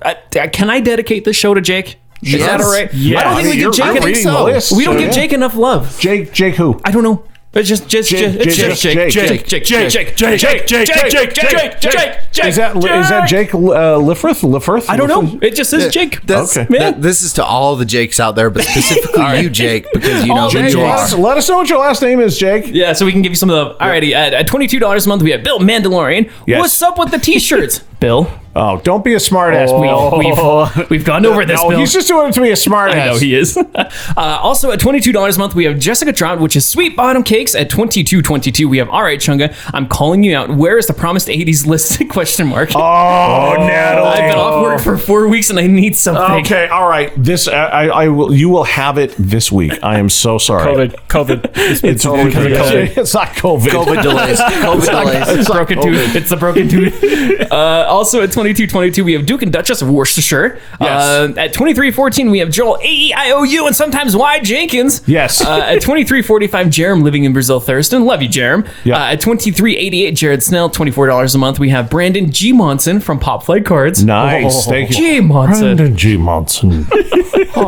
Uh, d- can I dedicate this show to Jake? Is that Yes. all right? Yeah. I don't think I mean, we you're- give Jake I'm enough reading the love. list, We don't so give yeah. Jake enough love. Jake. Jake. Who? I don't know. It's just, just, Jake, just, it's Jake, just Jake, Jake, Jake, Jake, Jake, Jake, Jake, Jake, Jake, Jake, Jake, Jake. Is that is that Jake uh, Liffrith? Liffrith? I don't know. It just says Jake. That's, Okay. that- this is to all the Jakes out there, but specifically you, Jake, because you know All who Jakes. you Let are. us, let us know what your last name is, Jake. Yeah, so we can give you some of the. Alrighty, at, at twenty two dollars a month, we have Bill Mandalorian. Yes. What's up with the T-shirts, Bill? Oh, don't be a smartass. We, Bill. we've, we've gone over this, no, Bill. he's just doing it to be a smartass. I know he is. uh, also, at twenty two dollars a month, we have Jessica Trout, which is Sweet Bottom Cakes. At twenty two twenty two, we have All Right Chunga. I'm calling you out. Where is the promised eighties list? question mark. Oh, I've Natalie. been off work for four weeks and I need something. Okay, all right. This I, I, I will. You will have it this week. I am so sorry. COVID, COVID. It's It's totally because of COVID. It's not COVID. COVID delays. COVID delays. It's broken Oh. tooth. It's the broken tooth. uh, also at twenty two twenty two, we have Duke and Duchess of Worcestershire. Uh, at twenty three fourteen, we have Joel E AEIOU and sometimes Y Jenkins. Yes. Uh, at twenty three forty five, Jerem living in Brazil Thurston. Love you, Jerem. Yeah. Uh, at twenty three eighty eight, Jared Snell. Twenty four dollars a month. We have Brandon G Monson from Pop Flight Cards. Nice. Thank you. G Monson. Brandon G. Monson.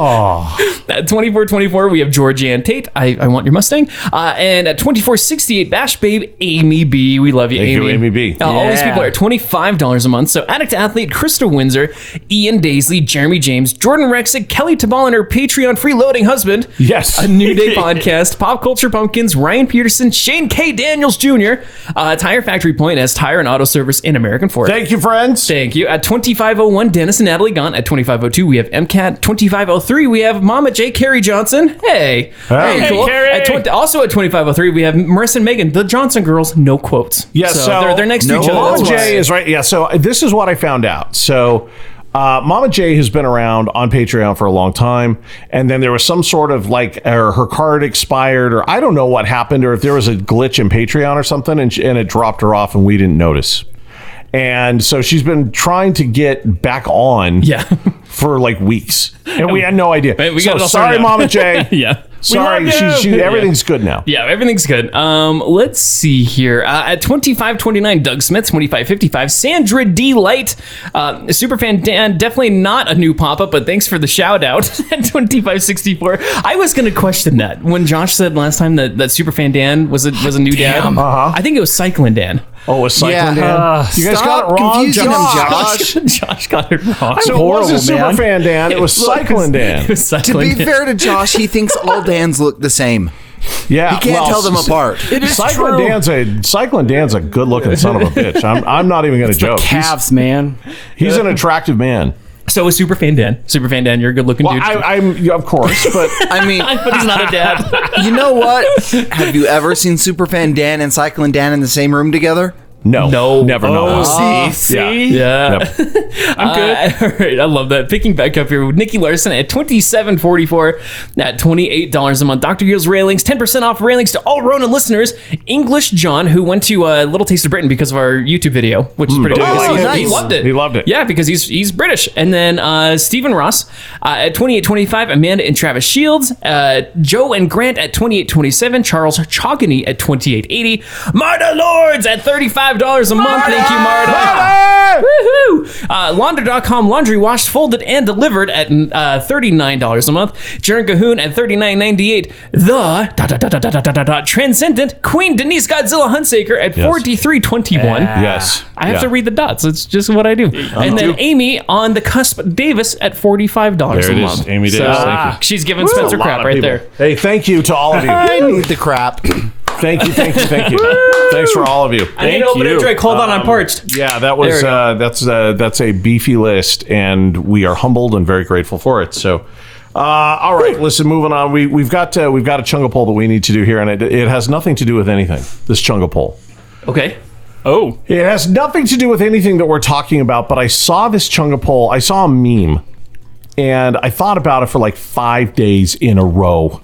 At 24 24, we have Georgianne Tate. I, I want your Mustang. Uh, and at 24 68, Bash Babe, Amy B. We love you, Thank Amy. you, Amy B. Uh, All these people are $25 a month. So Addict Athlete, Krista Windsor, Ian Daisley, Jeremy James, Jordan Rexick, Kelly Tabal, and her Patreon freeloading husband. Yes. A New Day podcast, Pop Culture Pumpkins, Ryan Peterson, Shane K. Daniels Jr., uh, Tire Factory Point as Tire and Auto Service in American Ford. Thank you, friends. Thank you. At 2501, Dennis and Natalie Gaunt. At 2502, we have MCAT. 2503, we have Mama J. Carrie Johnson. Hey. Hey. Very cool. Carrie. At 20 also at 2503, we have Marissa and Megan, the Johnson girls, no quotes. Yes, so, they're, they're next to each other. Mama That's why. Jay is right. Yeah, so this is what I found out. So uh, Mama Jay has been around on Patreon for a long time, and then there was some sort of like, or her card expired, or I don't know what happened, or if there was a glitch in Patreon or something, and, she, and it dropped her off, and we didn't notice. And so she's been trying to get back on Yeah. for like weeks, and we had no idea. we so got it all sorry, sorted out. Mama Jay. yeah. Sorry, We love she, you. she, Yeah. everything's good now. Yeah, everything's good. Um, let's see here. Uh, at 25.29, Doug Smith, 25.55, Sandra D. Light, uh, Superfan Dan, definitely not a new pop-up, but thanks for the shout-out at 25.64. I was going to question that when Josh said last time that, that Superfan Dan was a, was a new dad. Uh-huh. I think it was Cycling Dan. Oh, a cycling Yeah. Dan? Uh, you guys Stop got it wrong, confusing Josh. them, Josh. Josh, Josh got it wrong. So it Horrible, wasn't man. Superfan Dan. It was Cycling Dan. It was To cycling. be fair to Josh, he thinks all Dans look the same. Yeah, He can't well, tell them s- apart. Cycling Dan's a Cycling Dan's a good looking son of a bitch. I'm, I'm not even going to joke. Oh, He's, Calves, man. he's an attractive man. So is Superfan Dan. Superfan Dan, you're a good looking Well, dude. I, I'm yeah, of course, but I mean, but he's not a dad. you know what? Have you ever seen Superfan Dan and Cycling Dan in the same room together? no, No. never know. Oh, see, Yeah. see, Yeah. Yep. I'm Uh, good. all right, I love that. Picking back up here with Nikki Larson at twenty seven forty four, at twenty eight dollars a month. Doctor Gill's railings, ten percent off railings to all Ronan listeners. English John, who went to uh, Little Taste of Britain because of our YouTube video, which is pretty did cool. he like he, he it? loved it. Mm. Oh, He loved it. Yeah, because he's he's British. And then uh, Stephen Ross uh, at twenty eight twenty five, Amanda and Travis Shields, uh, Joe and Grant at twenty eight twenty seven, Charles Chogany at twenty eight eighty, Marta Lords at thirty five dollars a month. Thank you, Marta. Woohoo! Uh, launder.com laundry washed, folded, and delivered at uh, $39 a month. Jaren Cahoon at $39.98. The dot, dot, dot, dot, dot, dot, dot, dot, dot, transcendent Queen Denise Godzilla Huntsaker at Yes. $43.21. Yes, Ah. I have Yeah. to read the dots. It's just what I do. and then Amy on the cusp Davis at $45 There a it month. uh, is, Amy Davis. Thank you. She's giving Spencer A lot crap of right people. there. Hey, thank you to all of you. I need the crap. Thank you, thank you, thank you. Thanks for all of you. Um, I need to open a drink. Hold on, I'm parched. Yeah, that There we was go. uh, that's uh, that's a beefy list, and we are humbled and very grateful for it. So, uh, all right, listen, moving on. We we've got uh, we've got a chunga poll that we need to do here, and it, it has nothing to do with anything. This chunga poll. Okay. Oh, It has nothing to do with anything that we're talking about, but I saw this Chunga poll. I saw a meme, and I thought about it for like five days in a row.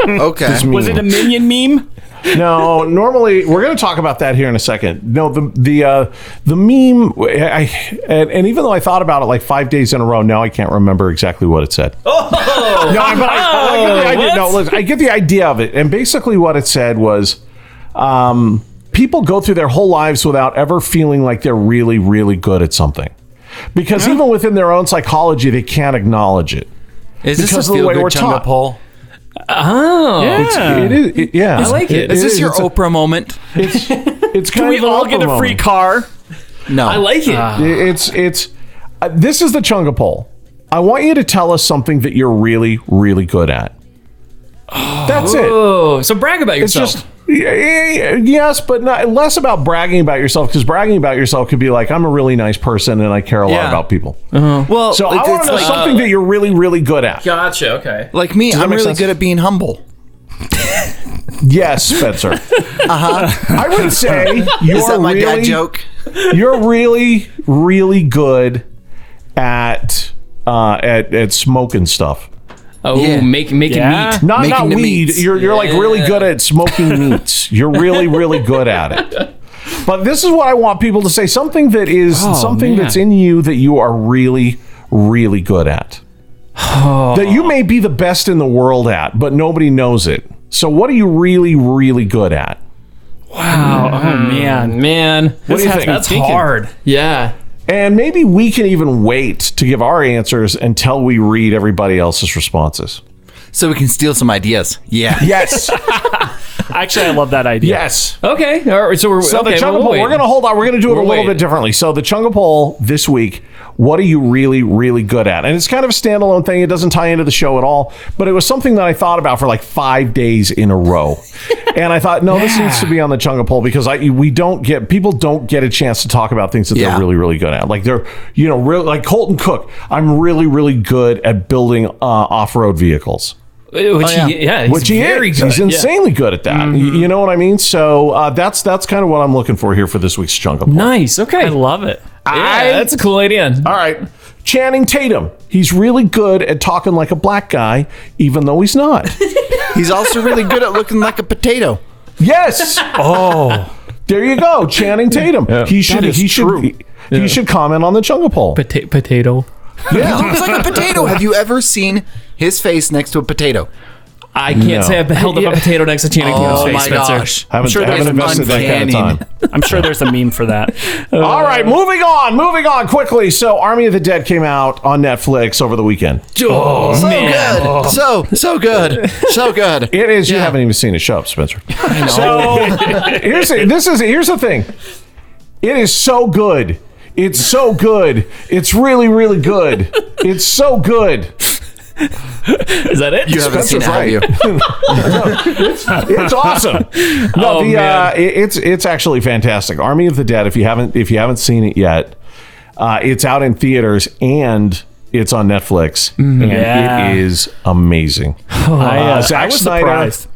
Okay. was it a minion meme? No, normally we're going to talk about that here in a second. No, the the uh, the meme, I, and, and even though I thought about it like five days in a row, now I can't remember exactly what it said. Oh, no, I- but I, I get the idea. No, listen, I get the idea of it, and basically what it said was. Um, People go through their whole lives without ever feeling like they're really, really good at something. Because even within their own psychology, they can't acknowledge it. Is this because a of the way feel-good we're Chunga taught. poll? Oh. Yeah. It is, it- yeah. I like it. Is this your Oprah moment? It's, it's kind we of an all get Oprah a free moment. car. No. I like it. It's it's uh, this is the chunga poll. I want you to tell us something that you're really really good at. That's it. oh, so brag about It's yourself. just y- y- yes, but not less about bragging about yourself because bragging about yourself could be like I'm a really nice person and I care a lot Yeah. about people. well, So I it- want to it's know like, uh, something that you're really really good at. Gotcha. Okay. like me, I'm make really sense? good at being humble. Yes, Spencer. I would say you're Uh-huh. Is that my Oh, really dad joke? you're really really good at uh, at at smoking stuff. Oh, Yeah. make making Yeah. meat. Not Making not the weed. meats. You're you're like really good at smoking meats. You're really really good at it. But this is what I want people to say: something that is Oh, something man. that's in you that you are really really good at. That you may be the best in the world at, but nobody knows it. So what are you really really good at? Oh, oh man, Man, do you has think? me That's thinking. hard. Yeah. And maybe we can even wait to give our answers until we read everybody else's responses. So we can steal some ideas. Yeah. Yes, Actually, I love that idea. yes. Okay. All right. So we're So okay, the well, Chunga we'll poll, wait. we're going to hold on. We're going to do it a We'll little wait. bit differently. So the Chunga poll this week, what are you really, really good at? And it's kind of a standalone thing. It doesn't tie into the show at all, but it was something that I thought about for like five days in a row. and I thought, no, this needs to be on the Chunga poll because I we don't get people don't get a chance to talk about things that Yeah. they're really, really good at. Like they're you know real like Colton Cook. I'm really, really good at building uh, off road vehicles Which yeah. he, yeah. He's which he very is. good. He's insanely good at that. Y- You know what I mean? So uh, that's that's kind of what I'm looking for here for this week's chunk of. Yeah. Nice. Okay. I love it. yeah, that's a cool idea. All right, Channing Tatum. He's really good at talking like a black guy, even though he's not. He's also really good at looking like a potato. yes. Oh, there you go, Channing Tatum. He should. is He should. true. He, he should comment on the chunga poll. Pota- potato. He looks like a potato. Have you ever seen his face next to a potato? I can't No. say I've held up a potato next to Channing Tatum's Oh face, my Spencer. gosh. I haven't, sure I haven't there's invested that kind of uncanny. time. I'm sure there's a meme for that. All right, moving on, moving on quickly. So, Army of the Dead came out on Netflix over the weekend. Oh, So man. good. So, so good. So good. It is. You haven't even seen it. Shut up, Spencer. So here's the, this is here's the thing. It is so good. It's so good. It's really, really good. It's so good. Is that it? You haven't seen Spencer's it, have right. you? It's awesome. No, Oh, the, uh, man. it- it's it's actually fantastic. Army of the Dead. If you haven't if you haven't seen it yet, uh, it's out in theaters and it's on Netflix. And Mm-hmm. Yeah. it is amazing. I, uh, Zack I was Snyder. surprised.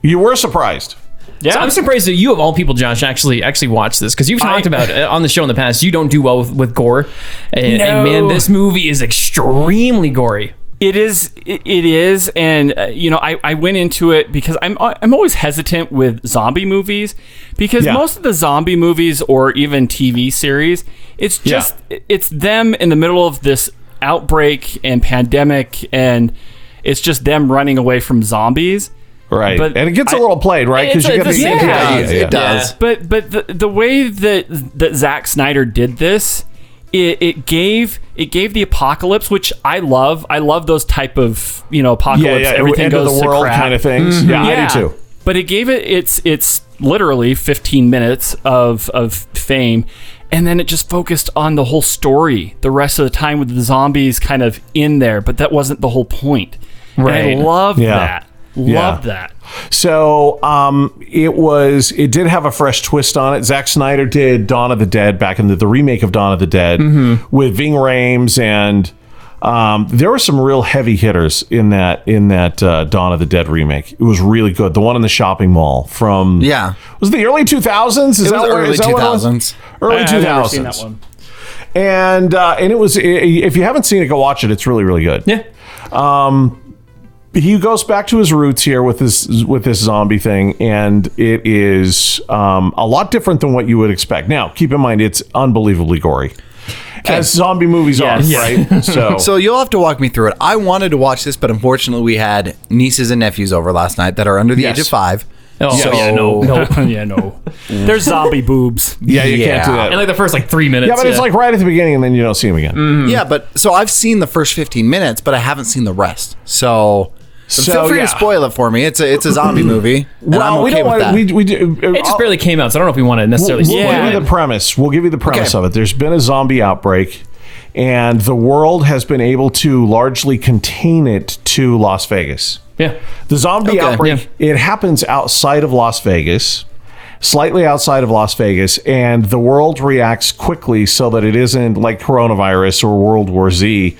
You were surprised. Yeah, So I'm surprised that you, of all people, Josh, actually actually watched this because you've talked I- about it on the show in the past. You don't do well with, with gore, and, and man, No. this movie is extremely gory. It is. It it is, and uh, you know, I, I went into it because I'm uh, I'm always hesitant with zombie movies because Yeah. most of the zombie movies or even TV series, it's Yeah. just it's them in the middle of this outbreak and pandemic, and it's just them running away from zombies. Right. But and it gets a I- little played, right? It's a- you it's a- you yeah, idea, It does. But but the the way that that Zack Snyder did this, it, it gave it gave the apocalypse, which I love. I love those type of you know apocalypse. Yeah, yeah, everything end goes of the world to crap. kind of things. Mm-hmm. Yeah, I do too. But it gave it its its literally 15 minutes of of fame, and then it just focused on the whole story the rest of the time with the zombies kind of in there. But that wasn't the whole point. And Right. I love Yeah. that. Yeah. Love that. So um, it was. It did have a fresh twist on it. Zack Snyder did Dawn of the Dead back in the, the remake of Dawn of the Dead Mm-hmm. with Ving Rhames, and um, there were some real heavy hitters in that in that uh, Dawn of the Dead remake. It was really good. The one in the shopping mall from Yeah. was it the early two thousands. Is It was that where, early is that two where it was? thousands. Early two I've never seen that thousands. one. And uh, and it was. i- i- If you haven't seen it, go watch it. It's really really good. Yeah, Um, he goes back to his roots here with this with this zombie thing, and it is um, a lot different than what you would expect. Now, keep in mind, it's unbelievably gory, as zombie movies Yes. are, right? So, So you'll have to walk me through it. I wanted to watch this, but unfortunately, we had nieces and nephews over last night that are under the Yes. age of five. Oh, yeah, no. yeah, no. There's zombie boobs. yeah, you can't do yeah. that. and like the first like three minutes. yeah, but it's like right at the beginning, and then you don't see him again. Yeah, but so I've seen the first 15 minutes, but I haven't seen the rest. So, but So, feel free yeah. to spoil it for me. It's a it's a zombie movie, and I'm okay we don't with want that. we we do. it just barely came out, so I don't know if we want to necessarily. We'll, spoil we'll Yeah. give you the premise. We'll give you the premise Okay. of it. There's been a zombie outbreak, and the world has been able to largely contain it to Las Vegas. it. yeah. The zombie Okay. outbreak it happens outside of Las Vegas, slightly outside of Las Vegas, and the world reacts quickly so that it isn't like coronavirus or World War Z.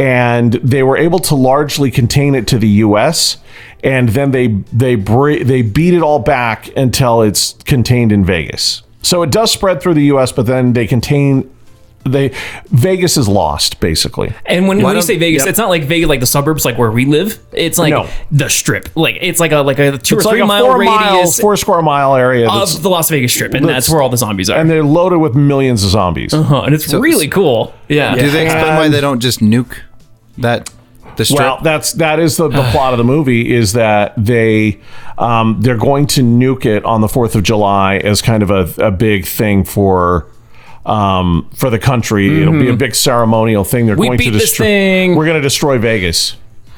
And they were able to largely contain it to the U.S. And then they they bre- they beat it all back until it's contained in Vegas. So it does spread through the U.S., but then they contain they Vegas is lost basically. And when, when you don't- say Vegas, yep. it's not like Vegas, like the suburbs, like where we live. It's like No. the Strip, like it's like a like a two It's or like three a mile four mile, radius four square mile area. that's- of the Las Vegas Strip, and that's where all the zombies are. and they're loaded with millions of zombies. Huh, and it's really cool. Yeah. Do they explain why they don't just nuke that the strip? Well, that's that is the, the plot of the movie is that they um, they're going to nuke it on the Fourth of July as kind of a, a big thing for um, for the country. It'll be a big ceremonial thing. They're going Mm-hmm. beat to this destroy. thing. We're going to destroy Vegas.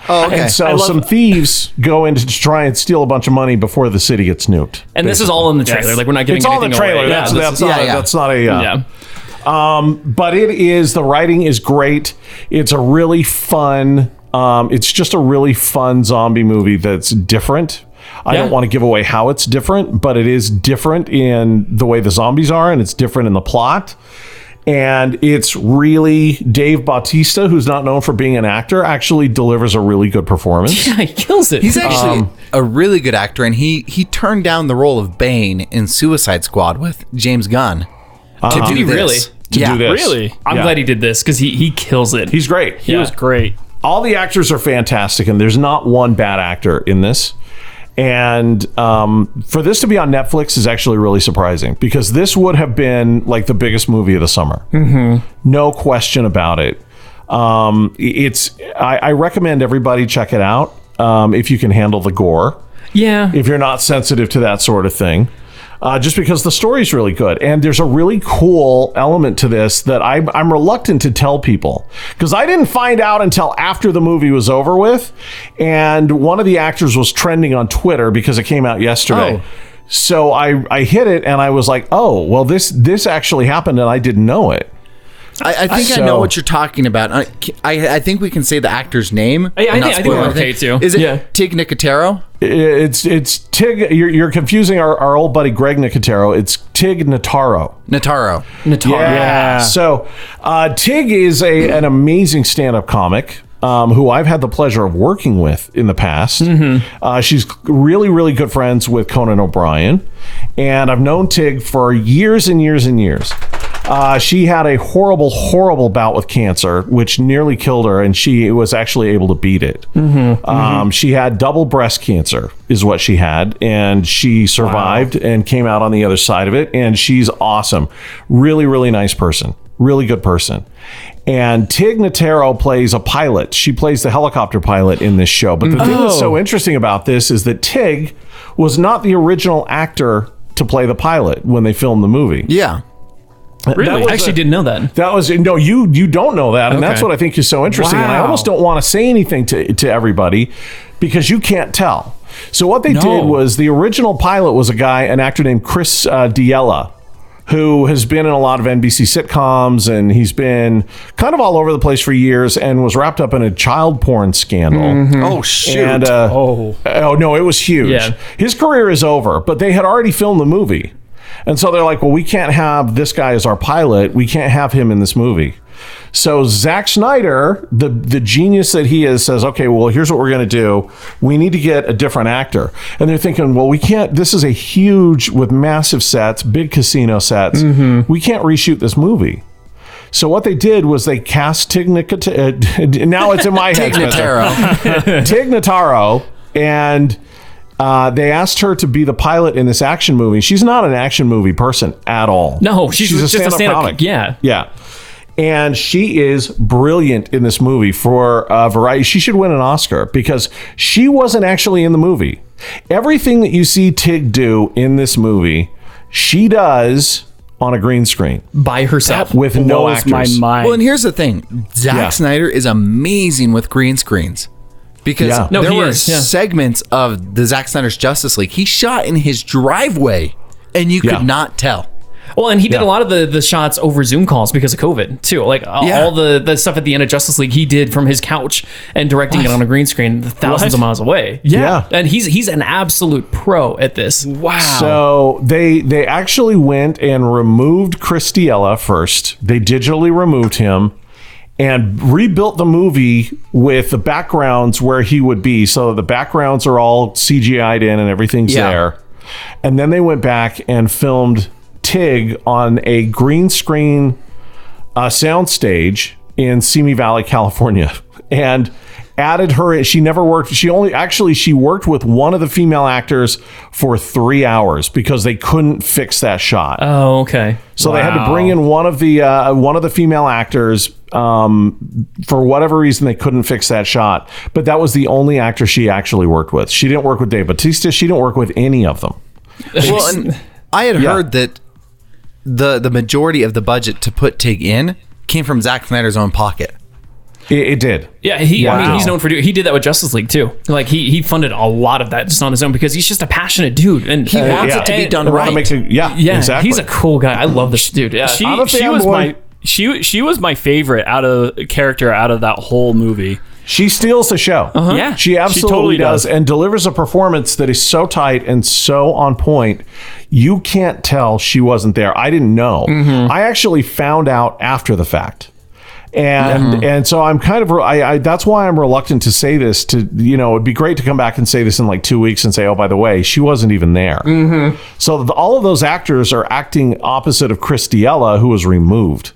oh, okay. And so some thieves go in to try and steal a bunch of money before the city gets nuked. And this is all in the trailer. Yes. Like we're not giving It's all anything in the trailer. away. that's, yeah, this that's is- not, yeah, yeah. that's not a uh, um, yeah. but it is the writing is great. It's a really fun. Um, it's just a really fun zombie movie that's different. I Yeah. don't want to give away how it's different, but it is different in the way the zombies are, and it's different in the plot. And it's really Dave Bautista, who's not known for being an actor, actually delivers a really good performance. he kills it. He's actually um, a really good actor, and he he turned down the role of Bane in Suicide Squad with James Gunn Uh-huh. to do Did this. he really? To yeah. do this, Really? I'm Yeah. glad he did this because he he kills it. he's great. He was great. all the actors are fantastic, and there's not one bad actor in this. And um, for this to be on Netflix is actually really surprising because this would have been like the biggest movie of the summer, no question about it. Um, it's I, I recommend everybody check it out. um, if you can handle the gore Yeah. if you're not sensitive to that sort of thing. Uh, just because the story's really good. And there's a really cool element to this that I, I'm reluctant to tell people because I didn't find out until after the movie was over with. And one of the actors was trending on Twitter because it came out yesterday. Oh. So I, I hit it and I was like, oh, well, this, this actually happened and I didn't know it. I, I think I So- know what you're talking about. I, I, I think we can say the actor's name. I- I and think- not I think spoil we're okay, anything. too. Is it Yeah. Tig Nicotero? It's, it's Tig, you're, you're confusing our, our old buddy Greg Nicotero. It's Tig Notaro. Notaro. Natara. Yeah. So uh, Tig is a an amazing stand up comic. Um, who I've had the pleasure of working with in the past. Uh, she's really, really good friends with Conan O'Brien, and I've known Tig for years and years and years. Uh, she had a horrible, horrible bout with cancer, which nearly killed her, and she was actually able to beat it. Um, she had double breast cancer, is what she had, and she survived and came out on the other side of it. And she's awesome, really, really nice person, really good person. And Tig Notaro plays a pilot. She plays the helicopter pilot in this show. But the thing that's so interesting about this is that Tig was not the original actor to play the pilot when they filmed the movie. Yeah. Really? was I actually a- didn't know that. That was no, you you don't know that, and that's Okay. what I think is so interesting. And I Wow. almost don't want to say anything to to everybody because you can't tell. So what they did was the original pilot was a guy, an actor named Chris uh, Diella. Who has been in a lot of NBC sitcoms and he's been kind of all over the place for years and was wrapped up in a child porn scandal. Mm-hmm. Oh shoot. And uh, Oh. oh no, it was huge. Yeah. His career is over, but they had already filmed the movie, and so they're like, "Well, we can't have this guy as our pilot. We can't have him in this movie." So Zack Snyder, the the genius that he is, says, "Okay, well, here's what we're going to do. We need to get a different actor." And they're thinking, "Well, we can't. This is a huge with massive sets, big casino sets. We can't reshoot this movie." So what they did was they cast Tig Notaro. Uh, now it's in my head. Tig Spencer. Notaro. Tig Notaro, and uh, they asked her to be the pilot in this action movie. She's not an action movie person at all. No, she's just a stand-up comic. Yeah. yeah. And she is brilliant in this movie for a variety. She should win an Oscar because she wasn't actually in the movie. Everything that you see Tig do in this movie, she does on a green screen By herself. with no blows my actors. mind. well, and here's the thing. Zack Yeah. Snyder is amazing with green screens. Because Yeah. No, there he were is, yeah. segments of the Zack Snyder's Justice League. He shot in his driveway and you could Yeah. not tell. Well, and he did Yeah. a lot of the, the shots over Zoom calls because of COVID too. Like uh, Yeah. all the, the stuff at the end of Justice League, he did from his couch and directing it on a green screen thousands of miles away. Yeah. and he's he's an absolute pro at this. Wow. So they they actually went and removed Christiella first. They digitally removed him and rebuilt the movie with the backgrounds where he would be. So the backgrounds are all CGI'd in and everything's Yeah. there. And then they went back and filmed Tig on a green screen uh, soundstage in Simi Valley, California, and added her. in- She never worked. She only actually she worked with one of the female actors for three hours because they couldn't fix that shot. Oh, okay. so they had to bring in one of the uh, one of the female actors. Um, for whatever reason, they couldn't fix that shot. But that was the only actor she actually worked with. She didn't work with Dave Batista. She didn't work with any of them. Well, and I had heard that the the majority of the budget to put Tig in came from Zack Snyder's own pocket. It, it did. Yeah, he. I mean, Wow. he's known for doing. He did that with Justice League too. Like he he funded a lot of that just on his own because he's just a passionate dude and he Uh, wants it to be done They wanna right. make it- yeah, Yeah, exactly. he's a cool guy. I love this dude. Yeah, she, I'm a she was fanboy. my she she was my favorite out of character out of that whole movie. She steals the show. Yeah, She absolutely totally does, does. and delivers a performance that is so tight and so on point. You can't tell she wasn't there. I didn't know. I actually found out after the fact. And and so I'm kind of I, I that's why I'm reluctant to say this to you know it'd be great to come back and say this in like two weeks and say oh by the way she wasn't even there so the, all of those actors are acting opposite of Christiella who was removed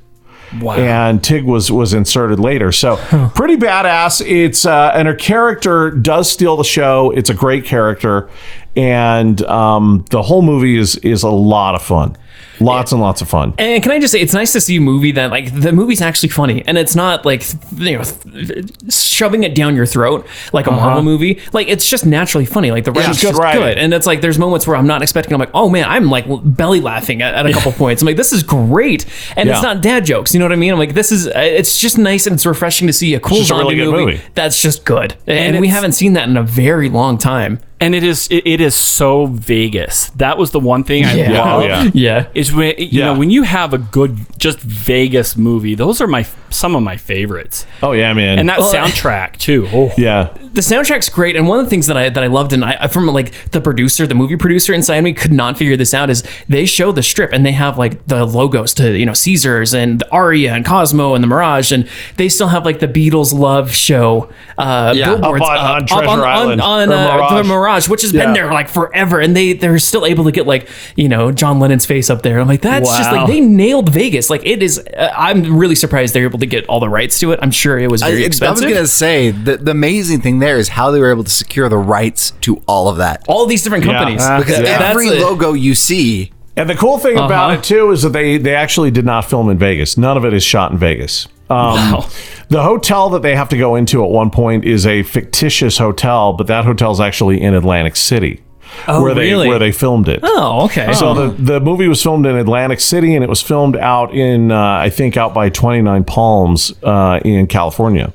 and Tig was was inserted later. So pretty badass. It's uh, and her character does steal the show. It's a great character, and um, the whole movie is is a lot of fun. Lots and lots of fun. And can I just say, it's nice to see a movie that like the movie's actually funny, and it's not like th- you know th- shoving it down your throat like a Uh-huh. Marvel movie. Like it's just naturally funny. Like the writing's good just writing. good, and it's like there's moments where I'm not expecting. I'm like, oh man, I'm like belly laughing at, at a couple points. I'm like, this is great, and it's Yeah. not dad jokes. You know what I mean? I'm like, this is uh, it's just nice and it's refreshing to see a cool just a zombie really good movie, movie. that's just good, and, And we it's- haven't seen that in a very long time. and it is it, it is so Vegas. That was the one thing I Yeah. love. Oh, yeah. Yeah. Is when you Yeah. know when you have a good just Vegas movie. Those are my some of my favorites, Oh yeah, man. and that Well, soundtrack too. Oh, yeah. the soundtrack's great, and one of the things that I that I loved, and I from like the producer, the movie producer inside me could not figure this out, is they show the strip and they have like the logos to you know Caesars and the Aria and Cosmo and the Mirage, and they still have like the Beatles Love Show uh, billboards Up on- on Treasure Island on, or uh, Mirage. the Mirage, which has been Yeah. there like forever, and they they're still able to get like you know John Lennon's face up there. I'm like that's just Wow. like they nailed Vegas, like it is. Uh, I'm really surprised they're able to get all the rights to it. I'm sure it was I, very I was expensive. gonna say the, the amazing thing there is how they were able to secure the rights to all of that. all these different companies. Ah, Because Th- that's every it. logo you see, And the cool thing about it too is that they they actually did not film in Vegas. None of it is shot in Vegas. Um, Oh, The hotel that they have to go into at one point is a fictitious hotel, but that hotel's actually in Atlantic City, oh, where really? they where they filmed it. Oh, okay. So the, the movie was filmed in Atlantic City, and it was filmed out in uh, I think out by Twenty Nine Palms uh, in California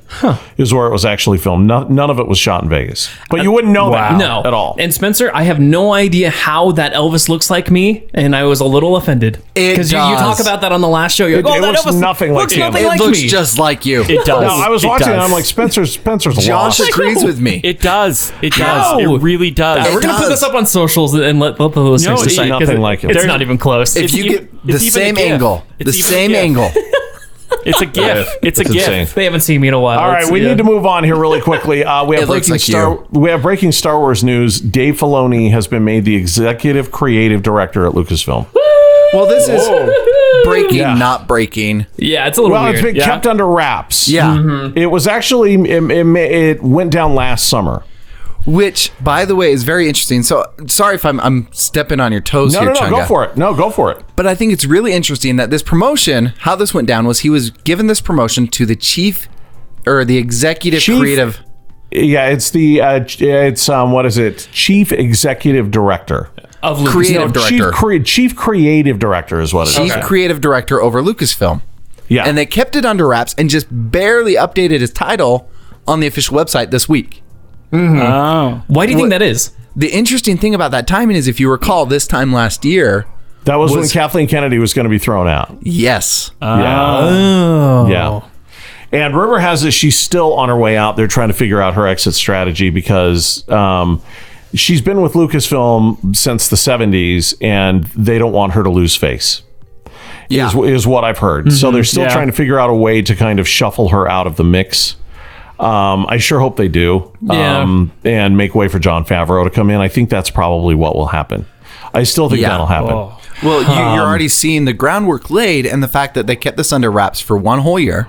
is where it was actually filmed. No, none of it was shot in Vegas, but you wouldn't know that no, at all. And Spencer, I have no idea how that Elvis looks like me, and I was a little offended It because you, you does. talk about that on the last show. You're It- like, oh, it that looks Elvis nothing like looks him. nothing it like looks me. just like you. it does. no, I was It watching. does. and I'm like Spencer. Spencer's Josh lost. agrees with me. It does. It How? does. It really does. Yeah, we're gonna put does. this up on socials and let, let the listeners No, it- decide. 'cause nothing it- like him. It's There's- not even close. if you e- get the it's even a same gif. angle, It's the even a same gif. angle. It's a gift. It's a It's gift. insane. they haven't seen me in a while. All right, It's- we yeah. need to move on here really quickly. Uh, we have It looks breaking like Star. you. We have breaking Star Wars news. Dave Filoni has been made the executive creative director at Lucasfilm. Oh, Well, this is breaking, not breaking. Yeah, it's a little Well, weird. it's been kept under wraps. Yeah. It was actually it, it, it went down last summer. Which, by the way, is very interesting. So, sorry if I'm, I'm stepping on your toes No, no, here, no, go Chunga. for it. No, go for it. But I think it's really interesting that this promotion, how this went down, was he was given this promotion to the chief or the executive Chief- creative. Yeah, it's the uh, ch- it's um what is it? Chief executive director. of Lucas. creative No, director. Chief, cre- chief creative director is what it is. Chief creative director over Lucasfilm. Yeah, And they kept it under wraps and just barely updated his title on the official website this week. Oh. Why do you think that is? The interesting thing about that timing is if you recall this time last year, that was, when was- Oh. Kathleen Kennedy was going to be thrown out. yes. Uh, Yeah. And rumor has it she's still on her way out. They're trying to figure out her exit strategy because um, she's been with Lucasfilm since the 70s and they don't want her to lose face, yeah. Mm-hmm. is, is what I've heard. So they're still trying to figure out a way to kind of shuffle her out of the mix. Um, I sure hope they do. Yeah. Um, and make way for John Favreau to come in. I think that's probably what will happen. I still think Yeah. that'll Oh. happen. Well, you, you're already seeing the groundwork laid and the fact that they kept this under wraps for one whole year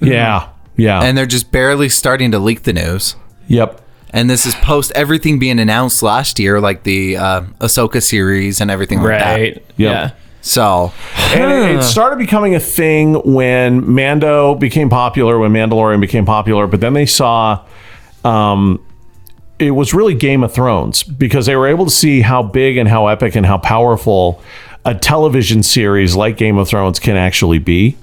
Yeah. Yeah. and they're just barely starting to leak the news. yep. And this is post everything being announced last year, like the uh, Ahsoka series and everything like that. Right. Yeah. So, And it, it started becoming a thing when Mando became popular, when Mandalorian became popular, but then they saw um, it was really Game of Thrones because they were able to see how big and how epic and how powerful a television series like Game of Thrones can actually be.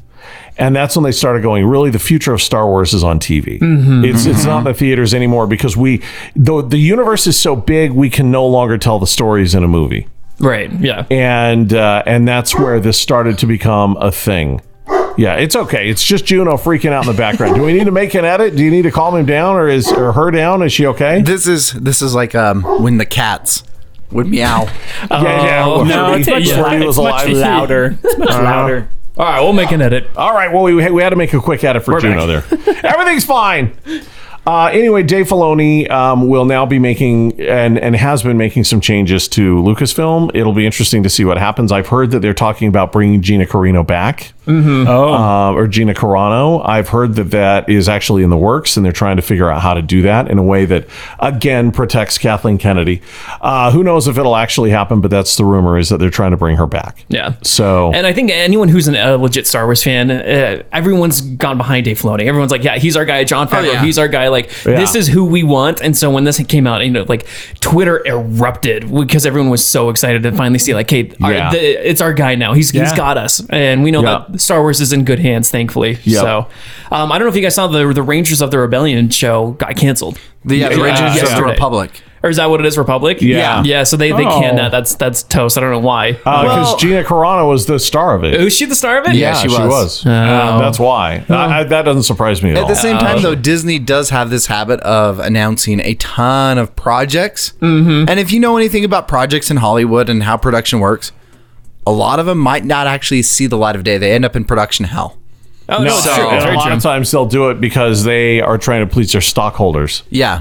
And that's when they started going. Really, the future of Star Wars is on TV. It's it's not in the theaters anymore because we the the universe is so big we can no longer tell the stories in a movie Right. Yeah. and uh, and that's where this started to become a thing. Yeah, it's okay. It's just Juno freaking out in the background. Do we need to make an edit? Do you need to calm him down, or is or her down? Is she okay? this is this is like um, when the cats would meow. yeah, yeah. Oh, well, no, Furby- it's much Furby louder. was It's much alive. Louder. It's much Uh, louder. All right, we'll make an edit. All right. Well, we, we had to make a quick edit for Juno there. Everything's fine. Uh, anyway, Dave Filoni um, will now be making and and has been making some changes to Lucasfilm. It'll be interesting to see what happens. I've heard that they're talking about bringing Gina Carino back. Mm-hmm. Oh, uh, or Gina Carano. I've heard that that is actually in the works, and they're trying to figure out how to do that in a way that, again, protects Kathleen Kennedy. Uh, who knows if it'll actually happen? But that's the rumor is that they're trying to bring her back. Yeah. So And I think anyone who's an, a legit Star Wars fan, uh, everyone's gone behind Dave Filoni. Everyone's like, Oh, yeah, he's our guy, John Favreau. yeah. He's our guy. Like, this is who we want. And so when this came out, you know, like Twitter erupted because everyone was so excited to finally see, like, hey, our- Yeah. the, it's our guy now. He's he's Yeah. got us, and we know Yeah. that Star Wars is in good hands, thankfully. Yep. So um, I don't know if you guys saw the the Rangers of the Rebellion show got canceled. The, yeah, the Yeah. Rangers of the Yesterday. Republic. Or is that what it is? Republic? Yeah. yeah. So they they Oh. canned that. That's that's toast. I don't know why. because Uh, Gina Carano was the star of it. was she the star of it? Yeah, she was. Uh, that's why. I, I- that doesn't surprise me at, all. Uh, At the same time, though, Disney does have this habit of announcing a ton of projects. Mm-hmm. And if you know anything about projects in Hollywood and how production works, a lot of them might not actually see the light of day. They end up in production hell. Oh, no, it's So, true. and It's very a lot true. of times they'll do it because they are trying to please their stockholders. Yeah.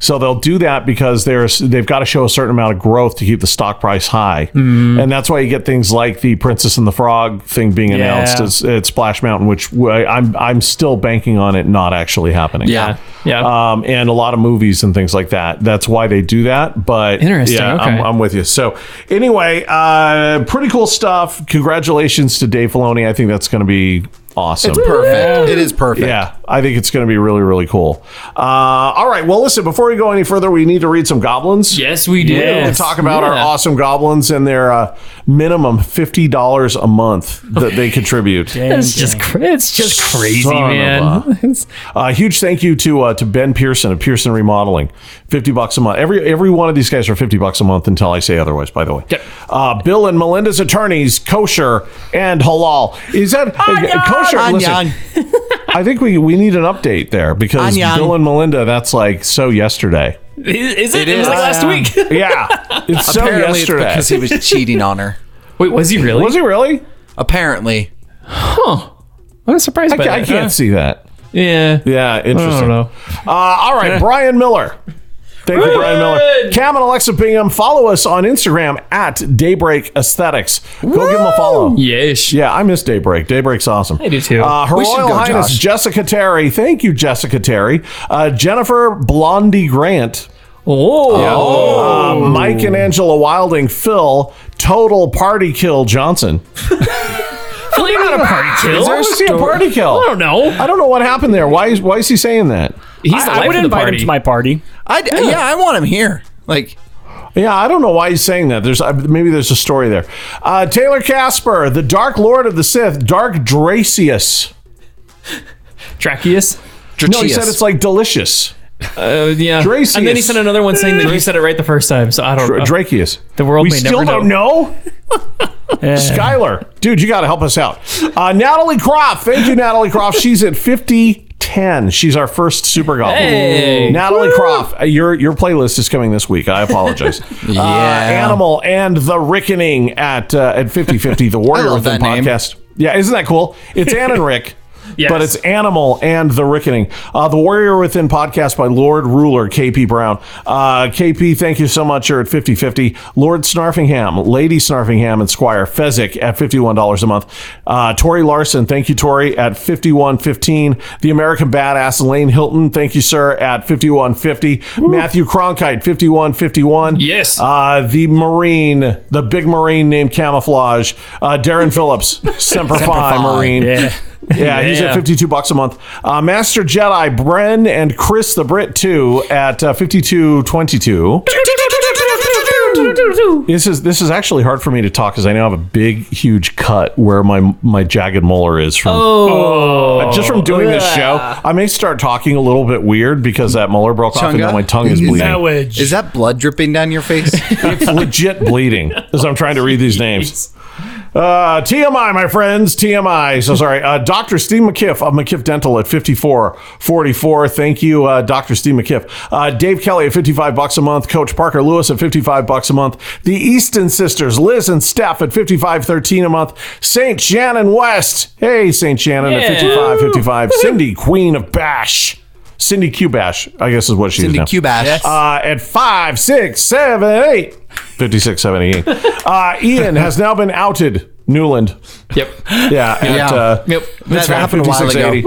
So they'll do that because there's they've got to show a certain amount of growth to keep the stock price high, and that's why you get things like the Princess and the Frog thing being announced Mm-hmm. Yeah. at, at Splash Mountain, which w- I'm I'm still banking on it not actually happening. Yeah. Yeah. Um, and a lot of movies and things like that. That's why they do that. But Interesting, Yeah, I'm, okay. I'm with you. So anyway, uh, pretty cool stuff. Congratulations to Dave Filoni. I think that's going to be awesome. Perfect. It is perfect. Yeah, I think it's going to be really, really cool. Uh, all right. Well, listen, before we go any further, we need to read some goblins. yes, we do. We're going to talk about our Yeah. awesome goblins and their uh, minimum $50 a month that they contribute. It's just, cra- it's just crazy, Son of a- man. It's- Uh, huge thank you to uh, to Ben Pearson of Pearson Remodeling, fifty bucks a month. Every every one of these guys are fifty bucks a month until I say otherwise. By the way, Yep. uh, Bill and Melinda's attorneys, kosher and halal. Is that uh, kosher? Anyang. Listen, I think we we need an update there because Anyang. Bill and Melinda. That's like so yesterday. is, is it? It It, was is. like last week. Yeah, it's so Apparently, it's yesterday. because he was cheating on her. Wait, was he really? Was he really? Apparently. I'm surprised I, by ca- that. I uh, can't see that. Yeah. Yeah, interesting. know. Uh, all right, Brian Miller. Thank you, Brian Miller. Brian! Cam and Alexa Bingham, follow us on Instagram at Daybreak Aesthetics. Go give them a follow. Yes. Yeah, I miss Daybreak. Daybreak's awesome. I do too. Uh, Her We should Royal go, Highness Josh. Jessica Terry. Thank you, Jessica Terry. Uh, Jennifer Blondie Grant. Oh. Uh, Mike and Angela Wilding. Phil. Total Party Kill Johnson. Well, you're not a party kill. Is there was he a party kill? I don't know. I don't know what happened there. Why is, why is he saying that? He's the I, I life would of the invite party. him to my party. I yeah. I want him here. Like, Yeah, I don't know why he's saying that. There's uh, maybe there's a story there. Uh, Taylor Casper, the Dark Lord of the Sith, Dark Dracius. Tracheus. No, he Dracheus. said it's like delicious. Uh, yeah. Dracius. And then he sent another one saying that you said it right the first time. So I don't Dra- know. Dracius. The world we may still never don't know. Skylar, dude, you got to help us out. Uh, Natalie Croft, thank you, Natalie Croft. She's at fifty ten. She's our first super goblin. Hey. Natalie Croft, uh, your your playlist is coming this week. I apologize. yeah. Animal and the Rickening at uh, at fifty fifty. The Warrior love Within that name. podcast. Yeah, isn't that cool? It's Ann and Rick. But it's Animal and the Rickening. Uh, the Warrior Within podcast by Lord Ruler KP Brown. Uh, KP, thank you so much. You're at 50 50. Lord Snarfingham, Lady Snarfingham, and Squire Fezzik at $51 a month. Uh, Tori Larson, thank you, Tori, at 5115. The American Badass, Lane Hilton, thank you, sir, at 5150. Matthew Cronkite, 5151. Yes. Uh, the Marine, the big Marine named Camouflage, uh, Darren Phillips, Semper, Fi Fi, Marine. yeah. Yeah, he's at Yeah. 52 bucks a month. Uh, Master Jedi Bren and Chris the Brit too at uh, 52.22. This is this is actually hard for me to talk because I now have a big, huge cut where my my jagged molar is from. Uh, just from doing this show, I may start talking a little bit weird because that molar broke off and Chunga? now my tongue is Is bleeding. is that blood dripping down your face? It's legit bleeding as I'm trying to read these names. Uh, TMI, my friends, TMI. So sorry, uh, Doctor Steve McKiff of McKiff Dental at 5444. Thank you, uh, Doctor Steve McKiff. Uh, Dave Kelly at 55 bucks a month. Coach Parker Lewis at 55 bucks a month. The Easton sisters, Liz and Steph at 55.13 a month. Saint Shannon West, hey Saint Shannon at 55 55. Cindy Queen of Bash, Cindy Q Bash, I guess is what she is Cindy now Cubash. uh, at five, six, seven, eight. 56, 78. Uh, Ian has now been outed Newland. Yep. Yeah. At, Uh, Yep. That's That right, happened a while ago. 5680.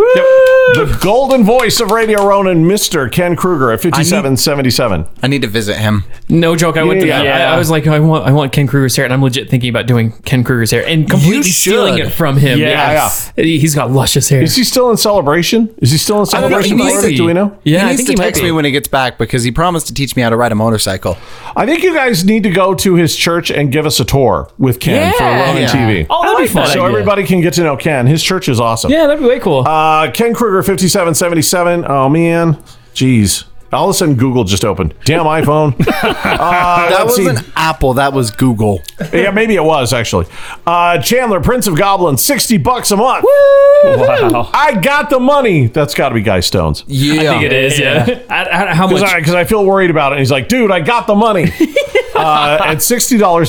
The golden voice of Radio Ronin, Mr. Ken Kruger at 5777. I need to visit him. No joke. I went to Yeah. that. I, I was like, I want, I want Ken Kruger's hair, and I'm legit thinking about doing Ken Kruger's hair and completely stealing should. it from him. Yes. Yeah, He- He's got luscious hair. Is he still in celebration? Is he still in don't know, celebration? he might Florida? be. Do we know? yeah, he I needs think to he might text be. me when he gets back because he promised to teach me how to ride a motorcycle. I think you guys need to go to his church and give us a tour with Ken for Yeah. Ronin Yeah. TV. Oh, that'd be fun. so everybody can get to know Ken. His church is awesome. Yeah, that'd be way cool. Uh, Ken Kruger, 5777. Oh, man. Jeez. All of a sudden, Google just opened. Damn iPhone. uh, That let's see. wasn't Apple. That was Google. Yeah, maybe it was, actually. Uh, Chandler, Prince of Goblins, 60 bucks a month. Wow. I got the money. That's got to be Guy Stones. Yeah. I think it is. Yeah. I- I- how much? Because I, feel worried about it. And he's like, dude, I got the money. uh, at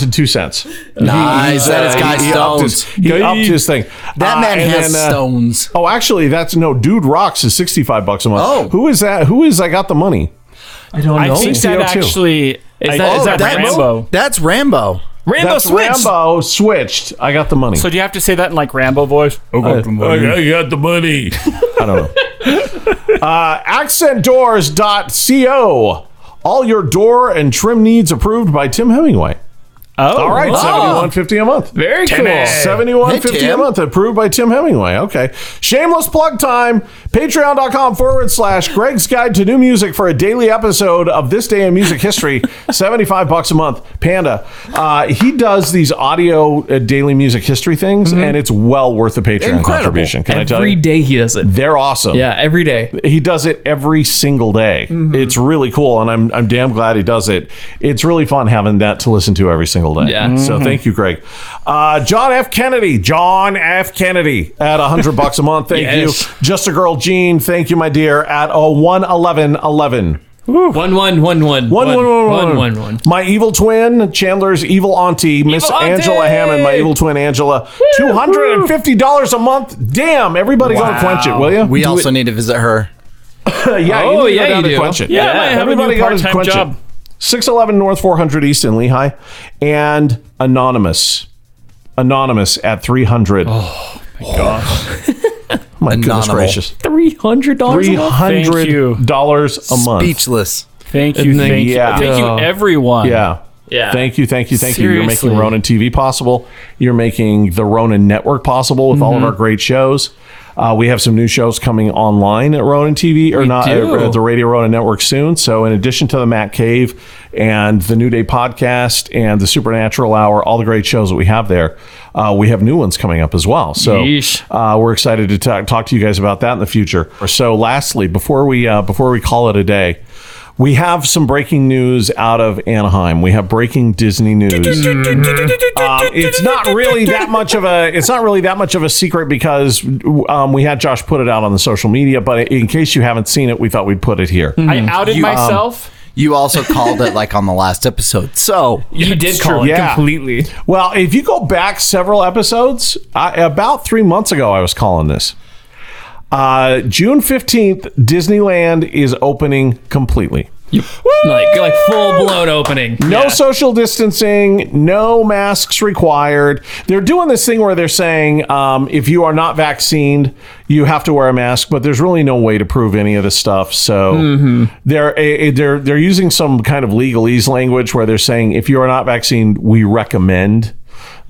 $60.02. Nice. that is Guy he upped his- Stones. He upped his thing. That Uh, man and has then, uh, stones. Oh, actually, that's no. Dude Rocks is 65 bucks a month. Oh. Who is that? Who is I got the money? I don't I think that CO2. actually Is I- that- is oh, that that's that's, Rambo. That's Rambo. Rambo That's switch. Rambo switched. I got the money. So do you have to say that in like Rambo voice? got the money. I don't know. Uh, accentdoors.co. All your door and trim needs approved by Tim Hemingway. Oh, All right, wow. seventy one fifty a month. Very cool. Seventy-one fifty Hey, a Tim. month, approved by Tim Hemingway. Okay, shameless plug time. Patreon.com forward slash Greg's Guide to New Music for a daily episode of This Day in Music History. Seventy-five bucks a month. Panda, uh, he does these audio uh, daily music history things, and it's well worth the Patreon contribution. Can I tell Mm-hmm. Every you? day he does it. They're awesome. Yeah, every day. He does it every single day. It's really cool, and I'm I'm damn glad he does it. It's really fun having that to listen to every single day. Yeah. So thank you, Greg. Uh, John F. Kennedy, John F. Kennedy, at hundred bucks a month. Thank Yes. you. Just a girl, Jean. Thank you, my dear. At a one eleven eleven. One one one one One one one one one one one. My evil twin, Chandler's evil auntie, Miss auntie! Angela Hammond, my evil twin Angela. Two hundred and fifty dollars a month. Damn, everybody go Wow. quench it, will you? We also need to visit her. yeah, Oh, you need yeah, to go down you to do. Quench it. Yeah, I have a new goes to part-time Quench it. job. 611 North 400 East in Lehigh and Anonymous. Anonymous at 300. Oh, my gosh. my goodness Anonymal. gracious. Three hundred dollars. Thank you. $300 a month. Speechless. Thank you, And then- thank Yeah. you, thank you, everyone. Yeah. Yeah. Thank you, thank you, thank you. You're making Seriously. Ronin TV possible. You're making the Ronin Network possible with all of our great shows. Uh, we have some new shows coming online at Ronin TV or not do. uh, at the Radio Ronin Network soon. So, in addition to the Matt Cave and the New Day podcast and the Supernatural Hour, all the great shows that we have there, uh, we have new ones coming up as well. So, Yeesh. uh, we're excited to talk, talk to you guys about that in the future. So, lastly, before we uh, before we call it a day, we have some breaking news out of Anaheim. We have breaking Disney news. Um, it's not really that much of a it's not really that much of a secret because um, we had Josh put it out on the social media. But in case you haven't seen it, we thought we'd put it here. I outed myself. You also called it like on the last episode. So You did call it Yeah. completely. Well, if you go back several episodes, I, about three months ago, I was calling this. Uh, June fifteenth, Disneyland is opening completely. Like like full blown opening. No social distancing, no masks required. They're doing this thing where they're saying um, if you are not vaccinated, you have to wear a mask, but there's really no way to prove any of this stuff. So they're eh, eh, they're they're using some kind of legalese language where they're saying if you are not vaccinated, we recommend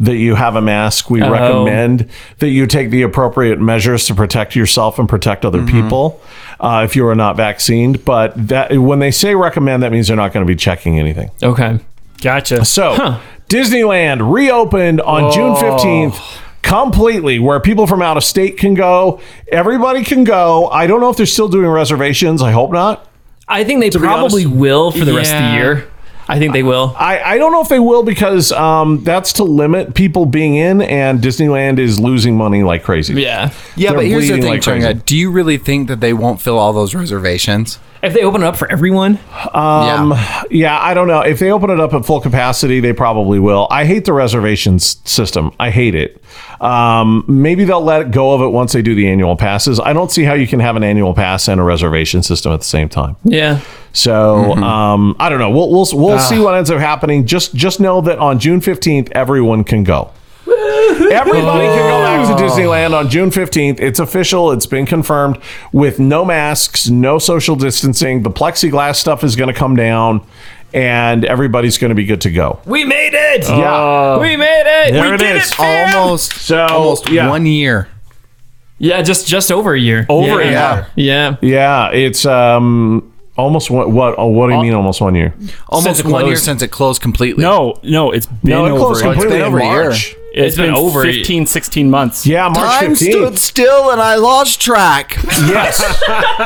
that you have a mask. We recommend that you take the appropriate measures to protect yourself and protect other people uh, if you are not vaccinated. But that when they say recommend, that means they're not going to be checking anything. Okay. Gotcha. So Disneyland reopened on June fifteenth. Completely, where people from out of state can go, everybody can go. I don't know if they're still doing reservations. I hope not. I think they probably will for the rest of the Yeah. year. I think they will. I, I don't know if they will because um, that's to limit people being in, and Disneyland is losing money like crazy. Yeah. yeah, They're but here's the bleeding thing, like Changa. crazy. Do you really think that they won't fill all those reservations? If they open it up for everyone, Um, yeah. Yeah, I don't know. If they open it up at full capacity, they probably will. I hate the reservations system. I hate it. Um, maybe they'll let go of it once they do the annual passes. I don't see how you can have an annual pass and a reservation system at the same time. yeah. So um, I don't know. We'll we'll, we'll see what ends up happening. Just just know that on June fifteenth, everyone can go. Everybody can go back to Disneyland on June 15th. It's official. It's been confirmed with no masks, no social distancing. The plexiglass stuff is going to come down and everybody's going to be good to go. We made it. Yeah. we made it. There we it did is. it. fam! Almost, So, almost yeah. one year. Yeah, just just over a year. Over yeah. a Yeah. Yeah. Yeah, it's um almost one, what oh, what do you mean almost one year? Almost it one year closed. since it closed completely. No, no, it's been No, it over. closed a year. completely been in over a year. March. it's been, over over a- 15, 16 months. Yeah, March Time 15th. stood still and I lost track. Yes.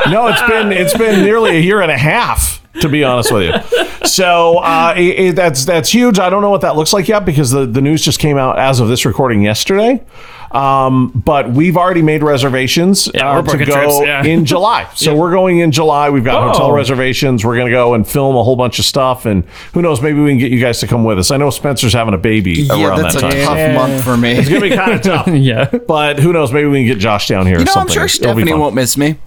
no, it's been it's been nearly a year and a half to be honest with you. So uh, it, it- that's that's huge. I don't know what that looks like yet because the, the news just came out as of this recording yesterday. Um, but we've already made reservations Yeah, uh, we're to booking go trips, yeah. in July. So we're going in July. We've got hotel Oh. reservations. We're going to go and film a whole bunch of stuff. And who knows? Maybe we can get you guys to come with us. I know Spencer's having a baby yeah, around that's a that time. tough month for me. It's going to be kind of tough. Yeah. But who knows? Maybe we can get Josh down here. or You know, I'm something. sure It'll be Stephanie fun. won't miss me.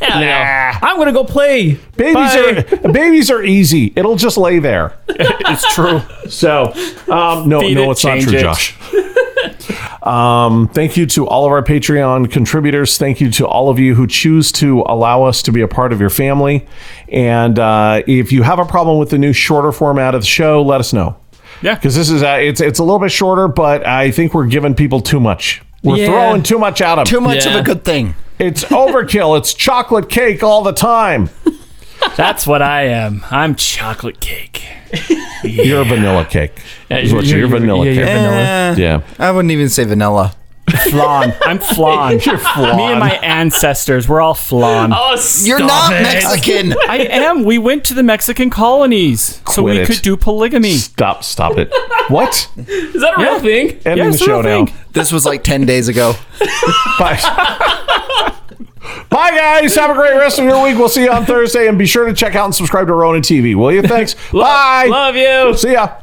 I'm gonna go play. Babies Bye. are babies are easy. It'll just lay there. it's true. So um, no, Feed no, it, it's not change true, it. Josh. um, thank you to all of our Patreon contributors. Thank you to all of you who choose to allow us to be a part of your family. And uh, if you have a problem with the new shorter format of the show, let us know. Yeah. because this is uh, it's it's a little bit shorter, but I think we're giving people too much. We're Yeah. throwing too much at them. Too much of Yeah. a good thing. it's overkill. it's chocolate cake all the time. That's what I am. I'm chocolate cake. You're a vanilla cake. Is what you're, you're- vanilla yeah, cake. you're Eh, Yeah. I wouldn't even say vanilla. Flan. I'm flan. You're flan. Me and my ancestors, we're all flan. Oh, stop You're not it. Mexican. I am. We went to the Mexican colonies, so Quit we it. could do polygamy. Stop, stop it. what? Is that a real thing? Ending it's the a show real now. thing. this was like 10 days ago. Bye. Bye, guys. Have a great rest of your week. We'll see you on Thursday. And be sure to check out and subscribe to Ronan TV, will you? Thanks. Bye. Love you. See ya.